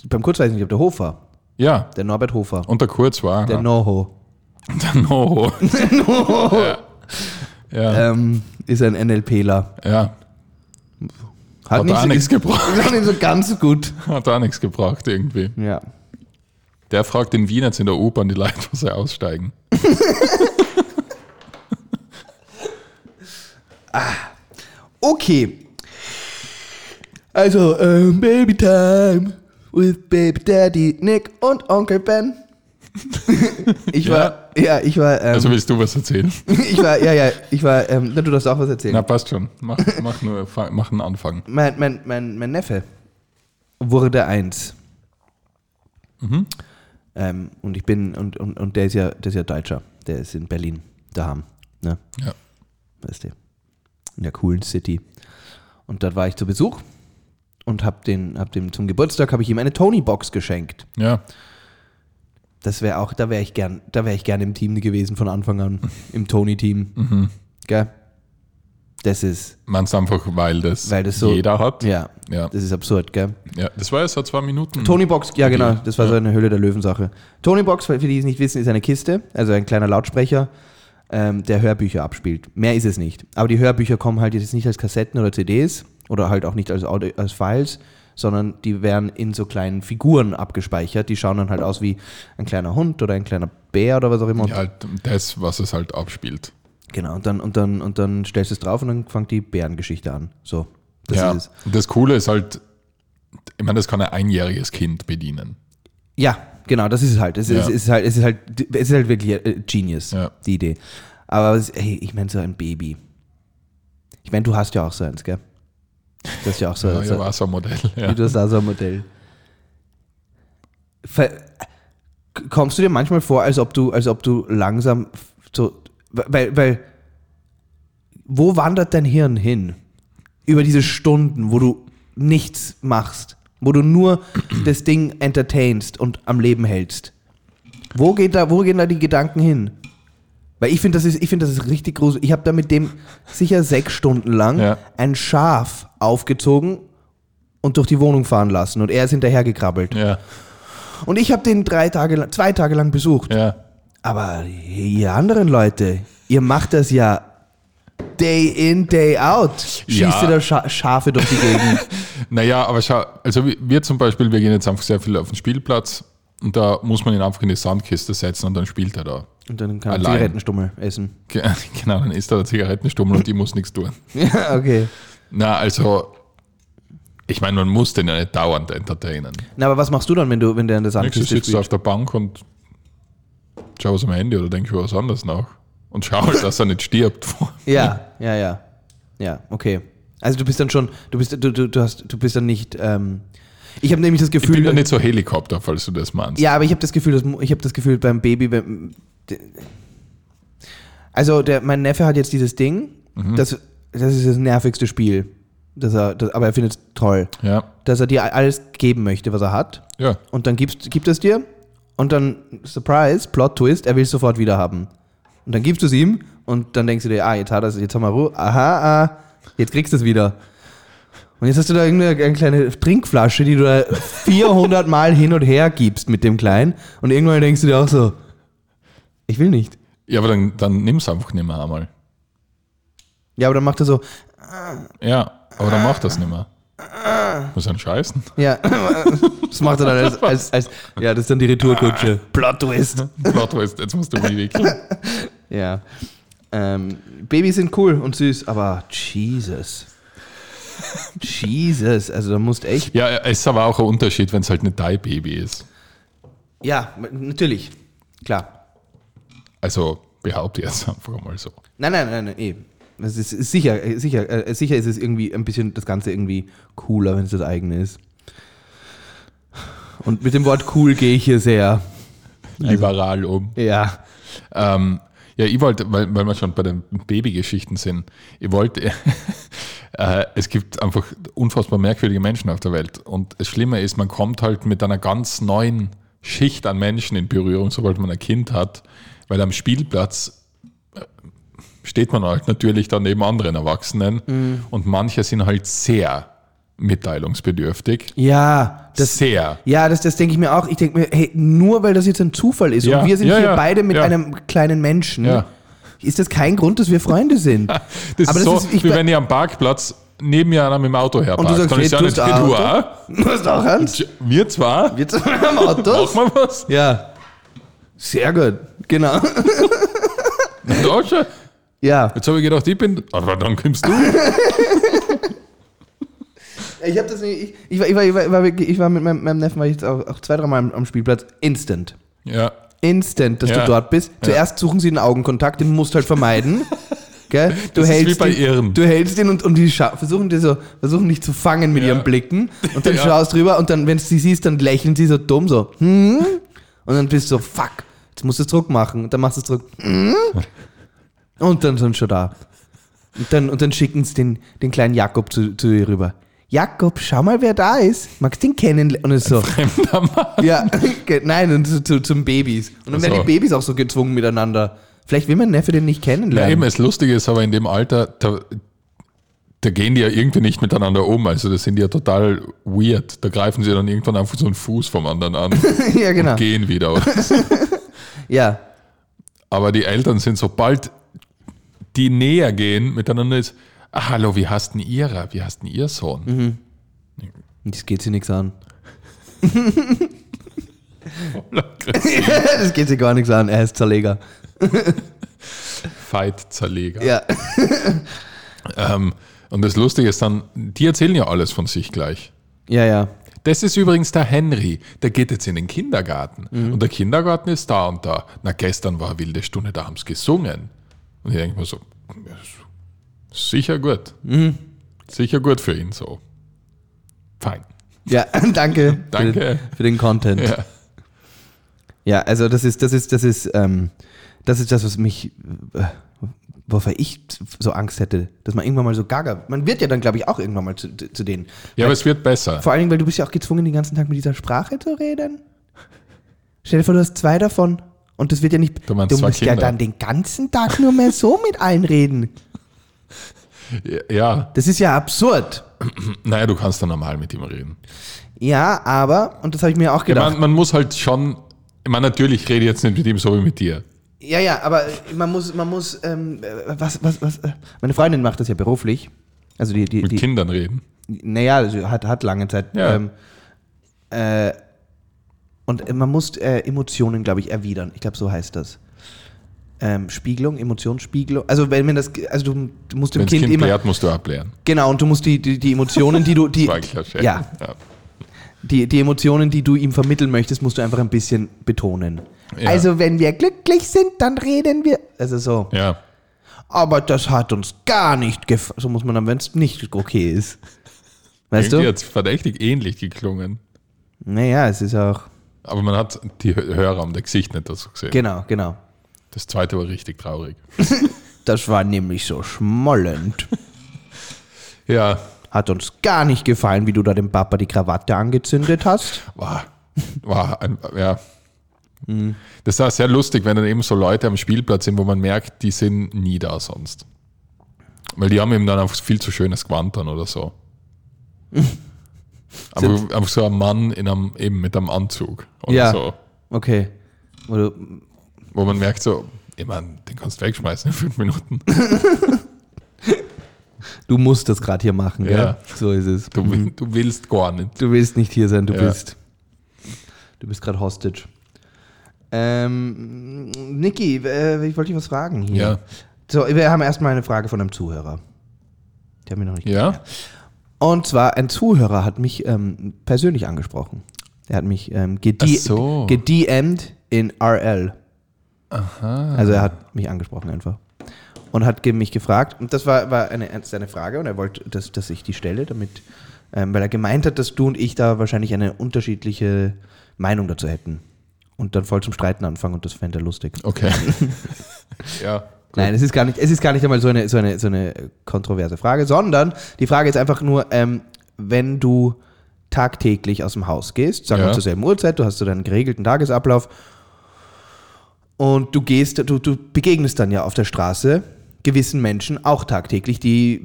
A: Beim Kurz weiß ich nicht, ob der Hofer,
B: ja,
A: der Norbert Hofer,
B: unter Kurz war
A: der
B: der,
A: Noho,
B: der Noho. Ja, ja,
A: ähm, ist ein NLPler.
B: ja.
A: Hat,
B: hat auch nichts
A: nicht so,
B: gebracht,
A: ist auch nicht so ganz gut.
B: hat auch nichts gebracht irgendwie.
A: Ja.
B: Der fragt in Wien jetzt in der U-Bahn die Leute, wo sie aussteigen.
A: Okay. Also, ähm, Babytime with Baby Daddy, Nick und Onkel Ben. ich war, ja, ich war, ähm,
B: Also willst du was erzählen?
A: ich war, ja, ja, ich war, ähm, na, du darfst auch was erzählen.
B: Na, passt schon. Mach, mach nur fang- mach einen Anfang.
A: Mein, mein, mein, mein Neffe wurde eins. Ähm, und ich bin, und, und, und der ist ja, der ist ja Deutscher. Der ist in Berlin daheim. Ne?
B: Ja.
A: weißt du, in der coolen City. Und dort war ich zu Besuch und hab den, hab dem zum Geburtstag habe ich ihm eine Tony Box geschenkt.
B: Ja.
A: Das wäre auch, da wäre ich gern, da wäre ich gern im Team gewesen von Anfang an, im Tony Team. Gell? Das ist,
B: Man es einfach, weil das,
A: Weil das so-
B: jeder hat.
A: ja,
B: Ja.
A: das ist absurd, gell?
B: ja. Das war jetzt vor zwei Minuten.
A: Tony Box, ja genau, das war so eine Höhle der Löwen-Sache. Tony Box, für die, die es nicht wissen, ist eine Kiste, also ein kleiner Lautsprecher, ähm, der Hörbücher abspielt. Mehr ist es nicht. Aber die Hörbücher kommen halt jetzt nicht als Kassetten oder CDs oder halt auch nicht als, Audio, als Files, sondern die werden in so kleinen Figuren abgespeichert. Die schauen dann halt aus wie ein kleiner Hund oder ein kleiner Bär oder was auch immer. Und
B: Ja, halt das, was es halt abspielt.
A: Genau, und dann, und, dann, und dann stellst du es drauf und dann fängt die Bärengeschichte an. So, das
B: ja.
A: ist es.
B: Und das Coole ist halt, ich meine, das kann ein einjähriges Kind bedienen.
A: Ja, genau, das ist es halt. Es,
B: Ja.
A: ist, es ist halt. es ist halt, es ist halt wirklich äh, Genius,
B: Ja.
A: die Idee. Aber es, hey, ich meine, so ein Baby. Ich meine, du hast ja auch so eins, gell? Du hast ja auch so,
B: Ja,
A: so,
B: ja, war so ein Modell. Ja.
A: Also- du hast auch so ein Modell. Ver Kommst du dir manchmal vor, als ob du, als ob du langsam so, weil, weil, wo wandert dein Hirn hin? Über diese Stunden, wo du nichts machst, wo du nur das Ding entertainst und am Leben hältst. Wo, geht da, wo gehen da die Gedanken hin? Weil ich finde, das, ist- ich find, das ist richtig groß. Ich habe da mit dem sicher sechs Stunden lang
B: Ja.
A: ein Schaf aufgezogen und durch die Wohnung fahren lassen. Und er ist hinterhergekrabbelt.
B: Ja,
A: Und ich habe den drei Tage, lang- zwei Tage lang besucht.
B: ja.
A: Aber ihr anderen Leute, ihr macht das ja day in, day out. Schießt
B: Ja.
A: ihr da Scha Schafe durch die Gegend.
B: Naja, aber schau, also wir- wir zum Beispiel, wir gehen jetzt einfach sehr viel auf den Spielplatz und da muss man ihn einfach in die Sandkiste setzen und dann spielt er da.
A: Und dann kann man
B: Allein.
A: Zigarettenstummel essen.
B: Ge- Genau, dann ist da der Zigarettenstummel und die muss nichts tun.
A: Ja, okay.
B: Na, also, ich meine, man muss den ja nicht dauernd entertainen.
A: Na, aber was machst du dann, wenn du, wenn der in der
B: Nächstes
A: Sandkiste
B: sitzt du
A: spielt?
B: auf der Bank und schau was am Handy oder denk über was anderes nach. Und schau, halt, dass er nicht stirbt.
A: Ja, ja, ja. Ja, okay. Also du bist dann schon, du bist, du, du, du hast, du bist dann nicht. Ähm, ich habe nämlich das
B: Ich
A: Gefühl.
B: bin ja nicht so Helikopter, falls du das meinst.
A: Ja, aber ich habe das Gefühl, dass, mu- ich habe das Gefühl beim Baby. Beim, de- also der, mein Neffe hat jetzt dieses Ding. Das, das ist das nervigste Spiel. Das er, das, aber er findet es toll,
B: Ja,
A: dass er dir alles geben möchte, was er hat.
B: ja.
A: Und dann gibst, gibt es dir. Und dann, Surprise, Plot Twist, er will es sofort wieder haben. Und dann gibst du es ihm und dann denkst du dir, ah, jetzt hat er es, jetzt haben wir Ruhe, aha, ah, jetzt kriegst du es wieder. Und jetzt hast du da irgendeine eine kleine Trinkflasche, die du da 400 Mal hin und her gibst mit dem Kleinen. Und irgendwann denkst du dir auch so, ich will nicht.
B: Ja, aber dann, dann nimm's einfach nicht mehr einmal.
A: Ja, aber dann macht er so,
B: Ja, aber dann mach das nicht mehr. Muss ein Scheißen.
A: ja, das macht er dann als, als, als ja, das ist dann die Retourkutsche. Plot Twist.
B: Plot Twist, jetzt musst du mich wickeln.
A: Ja. Ähm, Babys sind cool und süß, aber Jesus. Jesus, also da musst echt.
B: Ja, es ist aber auch ein Unterschied, wenn es halt nicht dein Baby ist.
A: Ja, natürlich. Klar.
B: Also behaupte ich jetzt einfach mal so.
A: Nein, nein, nein, nein, eh. Es ist ist sicher, äh, sicher, äh, sicher ist es irgendwie ein bisschen das Ganze irgendwie cooler, wenn es das eigene ist. Und mit dem Wort cool gehe ich hier sehr.
B: Liberal um.
A: Ja.
B: Ähm, ja, ich wollte, weil, weil wir schon bei den Babygeschichten sind, ich wollte, äh, es gibt einfach unfassbar merkwürdige Menschen auf der Welt. Und das Schlimme ist, man kommt halt mit einer ganz neuen Schicht an Menschen in Berührung, sobald man ein Kind hat, weil am Spielplatz äh, steht man halt natürlich dann neben anderen Erwachsenen
A: Mhm.
B: und manche sind halt sehr mitteilungsbedürftig.
A: Ja, das,
B: sehr.
A: ja, das, das denke ich mir auch. Ich denke mir, hey, nur weil das jetzt ein Zufall ist
B: Ja,
A: und wir sind
B: ja,
A: hier
B: ja,
A: beide mit
B: ja.
A: einem kleinen Menschen,
B: Ja.
A: ist das kein Grund, dass wir Freunde sind.
B: Das
A: Aber das
B: ist so,
A: ist- ich
B: wie
A: be-
B: wenn ihr am Parkplatz neben mir einer mit dem Auto herparkt.
A: sagst,
B: dann
A: hey,
B: ist ja
A: tust
B: nicht,
A: du
B: wie
A: Auto?
B: du auch.
A: Du hast auch eins?
B: Tja, Wir zwar.
A: Wir zwei haben
B: Machen
A: Autos?
B: wir was?
A: Ja. Sehr gut. Genau.
B: Ja, schon.
A: Ja.
B: Jetzt habe ich gedacht, ich bin. Aber dann kommst du.
A: Ich habe das nicht. Ich, ich, war, ich, war, ich, war, ich, war, wirklich- ich war mit meinem, meinem Neffen, war ich jetzt auch, auch zwei, dreimal am, am Spielplatz. Instant.
B: Ja.
A: Instant, dass
B: Ja.
A: du dort bist. Zuerst suchen sie den Augenkontakt, den musst du halt vermeiden. Gell? Du
B: Das ist wie bei
A: ihn,
B: Irren.
A: Du hältst ihn und, und die scha- versuchen, dir so, versuchen dich zu fangen mit
B: Ja.
A: ihren Blicken. Und dann
B: Ja.
A: schaust drüber und dann, wenn du sie siehst, dann lächeln sie so dumm so. Hm? Und dann bist du so, fuck, jetzt musst du es Druck machen. Und dann machst du es Druck. Hm? Und dann sind sie schon da. Und dann, und dann schicken sie den, den kleinen Jakob zu, zu ihr rüber. Jakob, schau mal, wer da ist. Magst du ihn kennenlernen? Und es so.
B: Fremder Mann.
A: Ja, ge- nein, und zu, zu, zum Babys. Und dann
B: Ach
A: werden
B: so.
A: die Babys auch so gezwungen miteinander. Vielleicht will mein Neffe den nicht
B: Ja, eben,
A: kennenlernen.
B: das Lustige ist aber in dem Alter, da, da gehen die ja irgendwie nicht miteinander um. Also, das sind die ja total weird. Da greifen sie dann irgendwann einfach so einen Fuß vom anderen an und
A: Ja, genau.
B: gehen wieder.
A: Ja.
B: Aber die Eltern sind, sobald die näher gehen miteinander, ist: ah, Hallo, wie hast denn ihrer? Wie hast denn ihr Sohn?
A: Das geht sie nichts an.
B: Mhm.
A: das geht sie gar nichts an. Er ist Zerleger.
B: Fight-Zerleger.
A: Ja.
B: Ähm, und das Lustige ist dann, die erzählen ja alles von sich gleich.
A: Ja, ja.
B: Das ist übrigens der Henry, der geht jetzt in den Kindergarten.
A: Mhm.
B: Und der Kindergarten ist da und da. Na, gestern war eine wilde Stunde, da haben sie gesungen. Und ich denke mir so, ja, ist sicher gut.
A: Mhm.
B: Sicher gut für ihn so. Fein.
A: Ja, danke.
B: Danke.
A: Für, den- für den Content. Ja.
B: Ja.
A: also das ist, das ist, das ist, ähm, das ist das, was mich, äh, wovor ich so Angst hätte, dass man irgendwann mal so gaga. Man wird ja dann, glaube ich, auch irgendwann mal zu, zu denen.
B: ja, aber es wird besser.
A: Vor allen Dingen, weil du bist ja auch gezwungen, den ganzen Tag mit dieser Sprache zu reden. Stell dir vor, du hast zwei davon und das wird ja nicht.
B: Du meinst zwei
A: musst ja
B: Kinder.
A: dann den ganzen Tag nur mehr so mit allen reden.
B: Ja,
A: Das ist ja absurd.
B: naja, du kannst dann normal mit ihm reden.
A: Ja, aber, und das habe ich mir auch
B: Ja,
A: gedacht.
B: man, man muss halt schon, ich meine, natürlich rede ich jetzt nicht mit ihm so wie mit dir.
A: Ja, ja, aber man muss, man muss, ähm, äh, was, was, was, äh, meine Freundin macht das ja beruflich. Also die, die,
B: Mit
A: die
B: Kindern reden.
A: naja, also hat, hat lange Zeit.
B: Ja.
A: Ähm, äh, und man muss äh, Emotionen, glaube ich, erwidern. Ich glaube, so heißt das. Ähm, Spiegelung, Emotionsspiegelung. Also wenn man das, also du, du musst dem
B: Wenn das
A: Kind,
B: Kind
A: immer,
B: lehrt, musst du ablehren.
A: genau, und du musst die, die, die Emotionen, die du, die,
B: War klar, Chef.
A: ja,
B: ja.
A: die, die Emotionen, die du ihm vermitteln möchtest, musst du einfach ein bisschen betonen.
B: Ja.
A: Also wenn wir glücklich sind, dann reden wir. Also so.
B: Ja.
A: Aber das hat uns gar nicht gefallen. So muss man dann, wenn es nicht okay ist. Weißt
B: Irgendwie
A: du?
B: hat verdächtig ähnlich geklungen.
A: Naja, es ist auch.
B: Aber man hat die Hö- Hörer und der Gesicht nicht dazu gesehen.
A: Genau, genau.
B: Das zweite war richtig traurig.
A: Das war nämlich so schmollend.
B: Ja,
A: Hat uns gar nicht gefallen, wie du da dem Papa die Krawatte angezündet hast.
B: war, war ein, ja. Das war sehr lustig, wenn dann eben so Leute am Spielplatz sind, wo man merkt, die sind nie da sonst. Weil die haben eben dann einfach viel zu schönes Gewand dann oder so. Aber einfach so ein Mann in einem, eben mit einem Anzug oder
A: Ja.
B: so.
A: Okay. Also, Oder,
B: Wo man merkt so, ich meine, den kannst du wegschmeißen in fünf Minuten.
A: du musst das gerade hier machen, gell?
B: Ja.
A: So ist es.
B: Du, will- du willst gar nicht.
A: Du willst nicht hier sein, du
B: Ja.
A: bist. Du bist gerade Hostage. Ähm, Niki, äh, ich wollte dich was fragen hier.
B: Ja.
A: So, wir haben erstmal eine Frage von einem Zuhörer. Die haben wir noch nicht.
B: Ja?
A: Und zwar, ein Zuhörer hat mich ähm, persönlich angesprochen. Er hat mich ähm, ged
B: Ach so.
A: gedM'd in RL. Aha. Also er
B: Ah.
A: hat mich angesprochen einfach. Und hat ge- mich gefragt, und das war, war eine, seine Frage, und er wollte, dass, dass ich die stelle, damit, ähm, weil er gemeint hat, dass du und ich da wahrscheinlich eine unterschiedliche Meinung dazu hätten. Und dann voll zum Streiten anfangen und das fände er lustig.
B: Okay. ja.
A: Nein, es ist gar nicht, es ist gar nicht einmal so eine, so eine, so eine kontroverse Frage, sondern die Frage ist einfach nur, ähm, wenn du tagtäglich aus dem Haus gehst, sagen wir
B: Ja.
A: zur selben Uhrzeit, du hast so deinen geregelten Tagesablauf und du gehst, du, du begegnest dann ja auf der Straße gewissen Menschen auch tagtäglich, die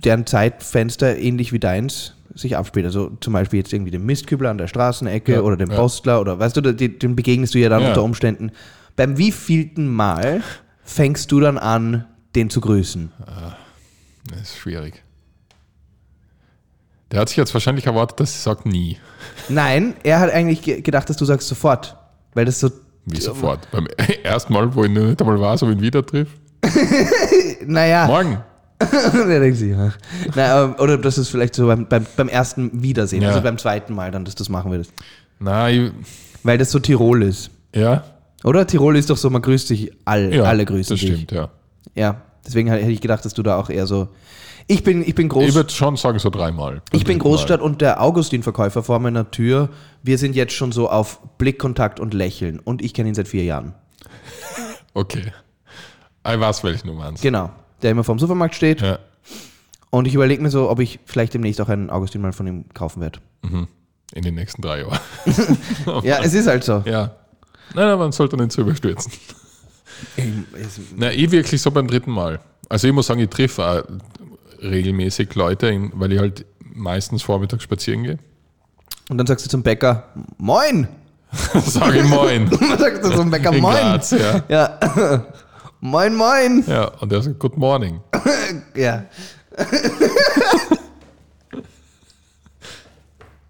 A: deren Zeitfenster ähnlich wie deins sich abspielt. Also zum Beispiel jetzt irgendwie den Mistkübler an der Straßenecke
B: Ja,
A: oder den
B: ja.
A: Postler oder weißt du, den, den begegnest du ja dann
B: Ja.
A: unter Umständen. Beim wievielten Mal fängst du dann an, den zu grüßen?
B: Das ist schwierig. Der hat sich jetzt wahrscheinlich erwartet, dass ich sage nie.
A: Nein, er hat eigentlich ge- gedacht, dass du sagst sofort, weil das so
B: Wie sofort. Beim ersten Mal, wo ich noch nicht einmal war, so ihn wieder trifft.
A: naja.
B: Morgen.
A: Der denkt sich, ja. Na, aber- oder das ist vielleicht so beim, beim, beim ersten Wiedersehen,
B: Ja.
A: also beim zweiten Mal dann, dass du das machen würdest.
B: Nein,
A: Weil das so Tirol ist.
B: ja.
A: Oder? Tirol ist doch so, man grüßt dich, all,
B: ja.
A: alle grüßen
B: Das
A: dich.
B: stimmt, ja.
A: Ja, deswegen hätte ich gedacht, dass du da auch eher so... Ich bin, ich bin,
B: Ich
A: Groß,
B: würde schon sagen, so dreimal. Also
A: ich bin Großstadt und der Augustin-Verkäufer vor meiner Tür, wir sind jetzt schon so auf Blickkontakt und Lächeln und ich kenne ihn seit vier Jahren.
B: Okay. Ich weiß, welchen du meinst.
A: Genau, der immer vorm Supermarkt steht
B: Ja.
A: und ich überlege mir so, ob ich vielleicht demnächst auch einen Augustin mal von ihm kaufen werde.
B: In den nächsten drei Jahren.
A: Ja, es ist halt so.
B: Ja. Nein, aber man sollte nicht so überstürzen.
A: Es-
B: Na, ich wirklich so beim dritten Mal. Also ich muss sagen, ich treffe auch regelmäßig Leute, in- weil ich halt meistens vormittags spazieren gehe.
A: Und dann sagst du zum Bäcker, moin!
B: Sage ich moin.
A: Dann sagst du zum Bäcker,
B: In
A: moin!
B: Graz, ja.
A: Ja. moin, moin!
B: ja. Und der sagt, good morning.
A: Ja.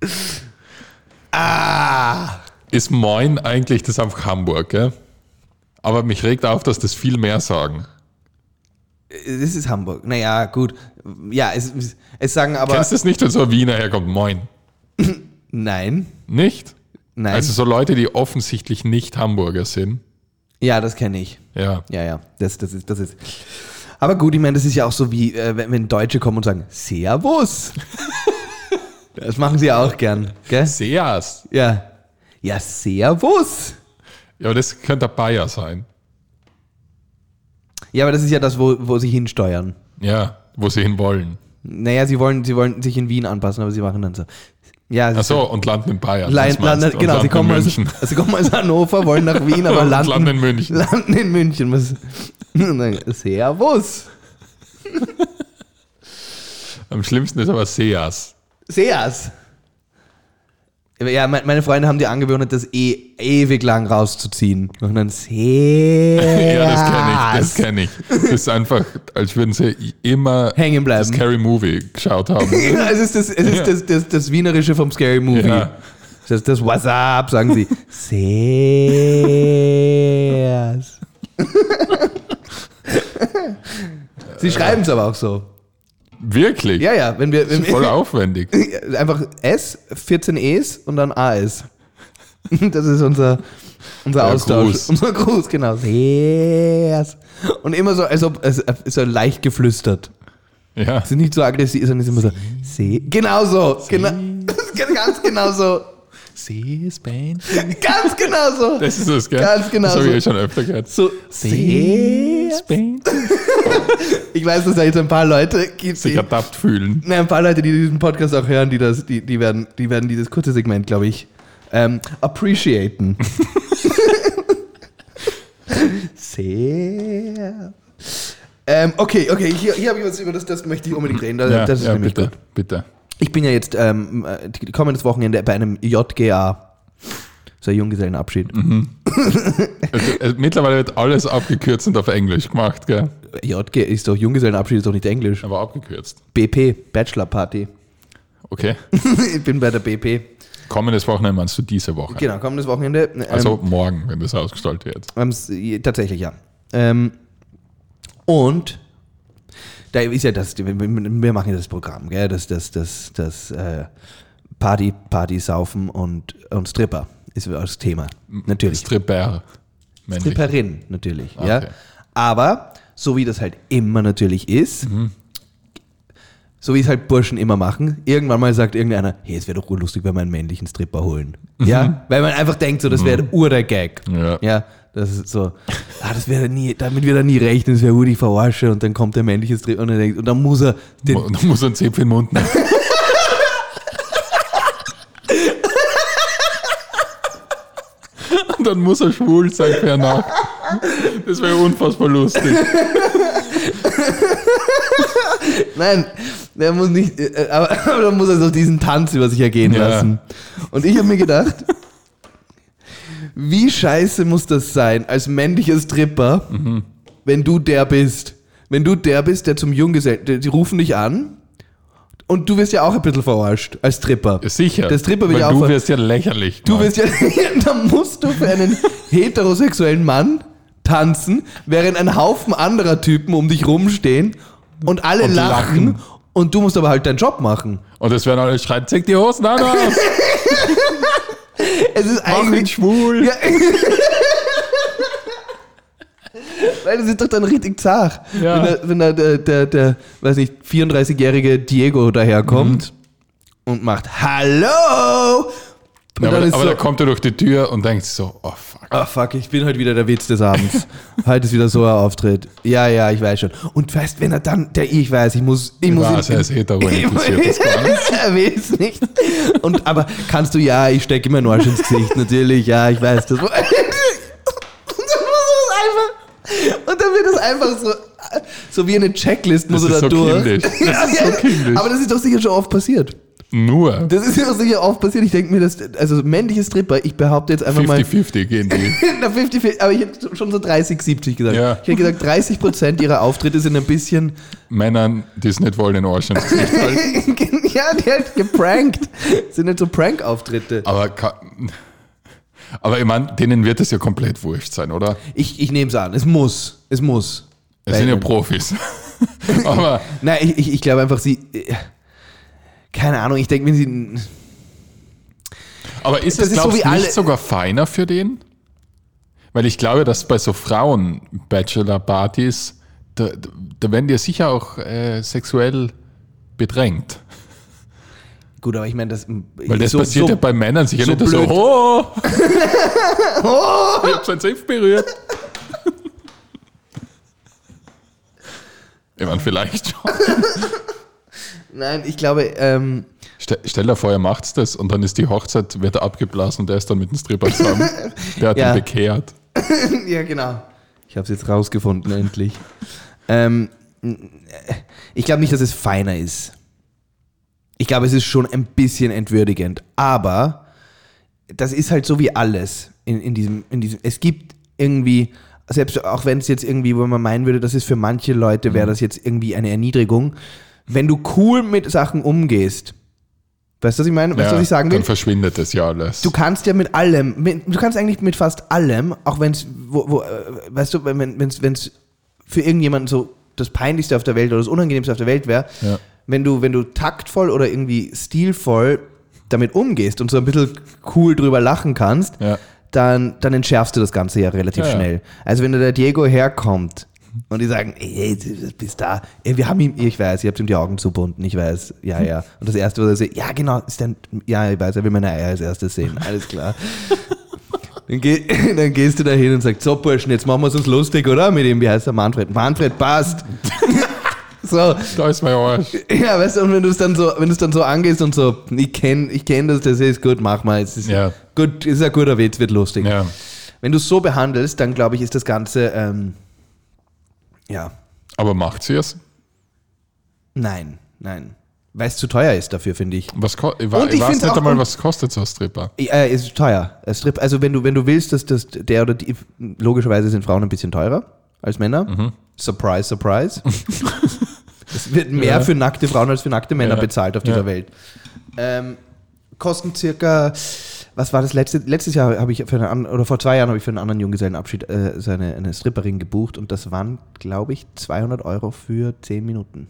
A: Ah.
B: Ist moin eigentlich das einfach Hamburg, gell? Aber mich regt auf, dass das viel mehr sagen.
A: Das ist Hamburg. Naja, gut. Ja, es, es sagen aber.
B: Kennst du es nicht, wenn so ein Wiener herkommt? Moin.
A: Nein.
B: Nicht?
A: Nein.
B: Also so Leute, die offensichtlich nicht Hamburger sind.
A: ja, das kenne ich.
B: Ja.
A: Ja, ja. Das, das ist, das ist. Aber gut, ich meine, das ist ja auch so wie, äh, wenn, wenn Deutsche kommen und sagen, Servus. das machen sie auch gern, gell?
B: Seas.
A: Ja. Ja, Servus.
B: Ja, aber das könnte ein Bayer sein.
A: Ja, aber das ist ja das, wo, wo sie hinsteuern.
B: Ja, wo sie hinwollen.
A: Naja, sie wollen, sie wollen sich in Wien anpassen, aber sie machen dann so. Ja, es ist
B: Achso, und landen in Bayern. das
A: Lein,
B: meinst
A: landen,
B: du, und
A: genau, sie
B: landen in
A: kommen, aus,
B: München.
A: sie kommen aus Hannover, wollen nach Wien, aber
B: Und
A: landen,
B: landen in München.
A: Landen in München. Was, Und dann, Servus.
B: Am schlimmsten ist aber Seas.
A: Seas. Ja, mein, meine Freunde haben dir angewöhnt, das e ewig lang rauszuziehen. Und dann Seas.
B: Ja, das kenne ich, das kenne ich. Das ist einfach, als würden sie immer
A: Hängen
B: das
A: bleiben.
B: Scary Movie geschaut haben.
A: Ja, es ist das, es
B: Ja.
A: ist das, das, das Wienerische vom Scary Movie.
B: Ja.
A: Das, das What's up, sagen sie. Seas. sie schreiben es aber auch so.
B: Wirklich?
A: Ja, ja, wenn wir, wenn
B: Voll
A: wir
B: aufwendig.
A: einfach S, 14 Es und dann AS. Das ist unser, unser
B: Der
A: Austausch.
B: Gruß.
A: Unser Gruß, genau. Yes. Und immer so, also, als ob, als, als so leicht geflüstert.
B: Ja.
A: Es ist nicht so aggressiv, sondern es ist immer so, See. Genau so. Genau, ganz genau so.
B: Seas Band.
A: Ganz genau so.
B: Das ist es, gell?
A: Ganz genau
B: Das habe ich
A: so.
B: ja schon öfter gehört.
A: so See.
B: Band.
A: Ich weiß, dass da jetzt ein paar Leute gibt,
B: Sich
A: die,
B: ertappt fühlen.
A: Na, ein paar Leute, die diesen Podcast auch hören, die, das, die, die, werden, die werden dieses kurze Segment, glaube ich, ähm, appreciaten. Sehr. Ähm, okay, okay, hier, hier habe ich was über das, das möchte ich unbedingt reden. Das,
B: Ja,
A: das ist
B: ja
A: nämlich
B: bitte,
A: gut.
B: bitte.
A: Ich bin ja jetzt ähm, äh, die- kommendes Wochenende bei einem JGA. So ein Junggesellenabschied.
B: Mhm. Also, äh, mittlerweile wird alles abgekürzt und auf Englisch gemacht, gell?
A: JG ist doch Junggesellenabschied, ist doch nicht Englisch.
B: Aber abgekürzt.
A: BP, Bachelor Party.
B: Okay.
A: ich bin bei der BP.
B: Kommendes Wochenende meinst du diese Woche?
A: Genau, kommendes Wochenende. ähm,
B: Also morgen, wenn das ausgestrahlt wird.
A: Ähm, s- je- tatsächlich, ja. Ähm, und da ist ja das, wir- wir wir machen ja das Programm, gell? Das, das, das, das äh, Party, Party, Saufen und, und Stripper ist das Thema. Natürlich.
B: Stripper. Männlich.
A: Stripperin, natürlich, ja.
B: Okay.
A: Aber, so wie das halt immer natürlich ist, so wie es halt Burschen immer machen, irgendwann mal sagt irgendeiner, hey, es wäre doch urlustig, wenn wir einen männlichen Stripper holen. Ja, weil man einfach denkt, so, das wäre ur der Gag.
B: Ja.
A: Ja, das ist so, ah, das wäre nie, damit wir da nie rechnen, das wäre Woody verarsche und dann kommt der männliche Strip und, er denkt, und dann muss er den,
B: Mu- Da muss ein Zipfel in den Mund nehmen. Und dann muss er schwul sein per Nacht. Das wäre unfassbar lustig.
A: nein, der muss nicht, äh, aber, aber dann muss er so diesen Tanz über sich ergehen
B: Ja.
A: lassen. Und ich habe mir gedacht, wie scheiße muss das sein, als männlicher Stripper,
B: Mhm.
A: wenn du der bist, wenn du der bist, der zum Junggesellen, die, die rufen dich an und du wirst ja auch ein bisschen verarscht als Stripper.
B: Ja, Sicher.
A: Der Stripper will
B: Weil
A: ja auch
B: Du
A: ver-
B: wirst ja lächerlich.
A: Du
B: gemacht.
A: wirst ja, da musst du für einen heterosexuellen Mann tanzen, während ein Haufen anderer Typen um dich rumstehen und alle
B: Und
A: lachen.
B: lachen.
A: Und du musst aber halt deinen Job machen.
B: Und es werden alle schreien, zieh die Hosen an aus,
A: Es ist
B: mach ihn
A: eigentlich.
B: schwul.
A: Ja. Weil das ist doch dann richtig zart.
B: Ja.
A: Wenn da, wenn da der, der, der, weiß nicht, 34-jährige Diego daherkommt
B: Mhm.
A: und macht Hallo! Und
B: Ja,
A: dann
B: aber
A: ist
B: aber
A: so-
B: da kommt er durch die Tür und denkt sich so, oh fuck.
A: Ah, fuck, ich bin heute wieder der Witz des Abends. heute ist wieder so ein Auftritt. Ja, ja, ich weiß schon. Und weißt, wenn er dann, der, ich weiß, ich muss, ich muss.
B: Was, er ist hetero,
A: ich muss-
B: interessiert das gar nicht.
A: er will es nicht. Und, aber kannst du, ja, ich stecke immer einen Arsch ins Gesicht, natürlich, ja, ich weiß das. Und dann muss er das einfach, und dann wird das einfach so, so wie eine Checklist muss
B: Das
A: er
B: ist
A: da
B: so
A: durch.
B: kindisch. Das
A: Ja,
B: ist so
A: ja.
B: kindisch.
A: Aber das ist doch sicher schon oft passiert.
B: Nur
A: Das ist ja doch sicher oft passiert. Ich denke mir, das, also männliche Stripper, ich behaupte jetzt einfach mal.
B: 50-50 gehen die.
A: Na, 50, aber ich hätte schon so 30, 70 gesagt.
B: Ja.
A: Ich hätte gesagt, 30 Prozent ihrer Auftritte sind ein bisschen,
B: Männern, die es nicht wollen, in Arsch ins Gesicht. fallen.
A: ja, die halt geprankt. Sind halt so Prank-Auftritte.
B: Aber, ka- aber ich meine, denen wird es ja komplett wurscht sein, oder?
A: Ich, ich nehme es an, es muss, es muss.
B: Es sind ja
A: Weil-
B: Profis. aber
A: Nein, ich, ich, ich glaube einfach, sie, äh, keine Ahnung, ich denke, wenn sie,
B: aber ist
A: Das
B: es,
A: ist so
B: glaubst
A: wie
B: du,
A: alle-
B: nicht sogar feiner für den? Weil ich glaube, dass bei so Frauen-Bachelor-Partys, da, da werden die ja sicher auch äh, sexuell bedrängt.
A: gut, aber ich meine, das, äh,
B: Weil das passiert ja bei Männern sicher
A: so
B: nicht so,
A: blöd.
B: oh, ich hab sein Safe berührt. ich meine, vielleicht schon.
A: Nein, ich glaube, ähm,
B: Ste stell dir vor, er macht's das und dann ist die Hochzeit, wird er abgeblasen und er ist dann mit dem Stripper zusammen. Der hat
A: Ja.
B: ihn bekehrt.
A: ja, genau. Ich habe es jetzt rausgefunden, endlich. Ähm, ich glaube nicht, dass es feiner ist. Ich glaube, es ist schon ein bisschen entwürdigend. Aber das ist halt so wie alles in, in, diesem, in diesem. Es gibt irgendwie, selbst auch wenn es jetzt irgendwie, wo man meinen würde, das ist für manche Leute, wäre das jetzt irgendwie eine Erniedrigung. Wenn du cool mit Sachen umgehst, weißt du, was ich meine? Weißt du,
B: Ja,
A: was ich sagen will?
B: Dann verschwindet das ja alles.
A: Du kannst ja mit allem, mit, du kannst eigentlich mit fast allem, auch wenn es, wo, wo, äh, weißt du, wenn es wenn's für irgendjemanden so das Peinlichste auf der Welt oder das Unangenehmste auf der Welt wäre,
B: Ja.
A: wenn, du, wenn du taktvoll oder irgendwie stilvoll damit umgehst und so ein bisschen cool drüber lachen kannst,
B: Ja.
A: dann, dann entschärfst du das Ganze ja relativ
B: Ja, ja.
A: schnell. Also wenn da der Diego herkommt und die sagen, ey, du bist da, ey, wir haben ihm, ich weiß, ihr habt ihm die Augen zubunden, ich weiß, ja, ja. Und das Erste, was er sagt, ja, genau, ist dann, ja, ich weiß, er will meine Eier als erstes sehen, alles klar. Dann, geh, dann gehst du da hin und sagst, so Burschen, jetzt machen wir es uns lustig, oder? Mit dem, wie heißt der Manfred? Manfred, passt. so,
B: Da ist mein Arsch.
A: ja, weißt du, und wenn du es dann so, wenn du es dann so angehst und so, ich kenn, ich kenn das, das ist gut, mach mal. Es ist
B: Ja.
A: gut, ist ein guter Witz, wird lustig.
B: Ja.
A: Wenn du es so behandelst, dann glaube ich, ist das Ganze, ähm, ja,
B: Aber macht sie es?
A: nein, nein. Weil es zu teuer ist dafür, finde ich.
B: Was ko- ich wa-
A: Und
B: ich
A: ich
B: weiß
A: find's
B: nicht
A: auch-
B: einmal,
A: und-
B: was kostet so ein Stripper.
A: I- Äh, es ist teuer. Ein Strip, also wenn du, wenn du willst, dass das der oder die, logischerweise sind Frauen ein bisschen teurer als Männer.
B: Mhm.
A: Surprise, surprise. es wird mehr
B: Ja.
A: für nackte Frauen als für nackte Männer
B: Ja.
A: bezahlt auf dieser
B: Ja.
A: Welt. Ähm, kosten circa, was war das letzte? Letztes Jahr habe ich für einen, an- oder vor zwei Jahren habe ich für einen anderen Junggesellenabschied äh, so eine, eine Stripperin gebucht und das waren, glaube ich, 200 Euro für 10 Minuten.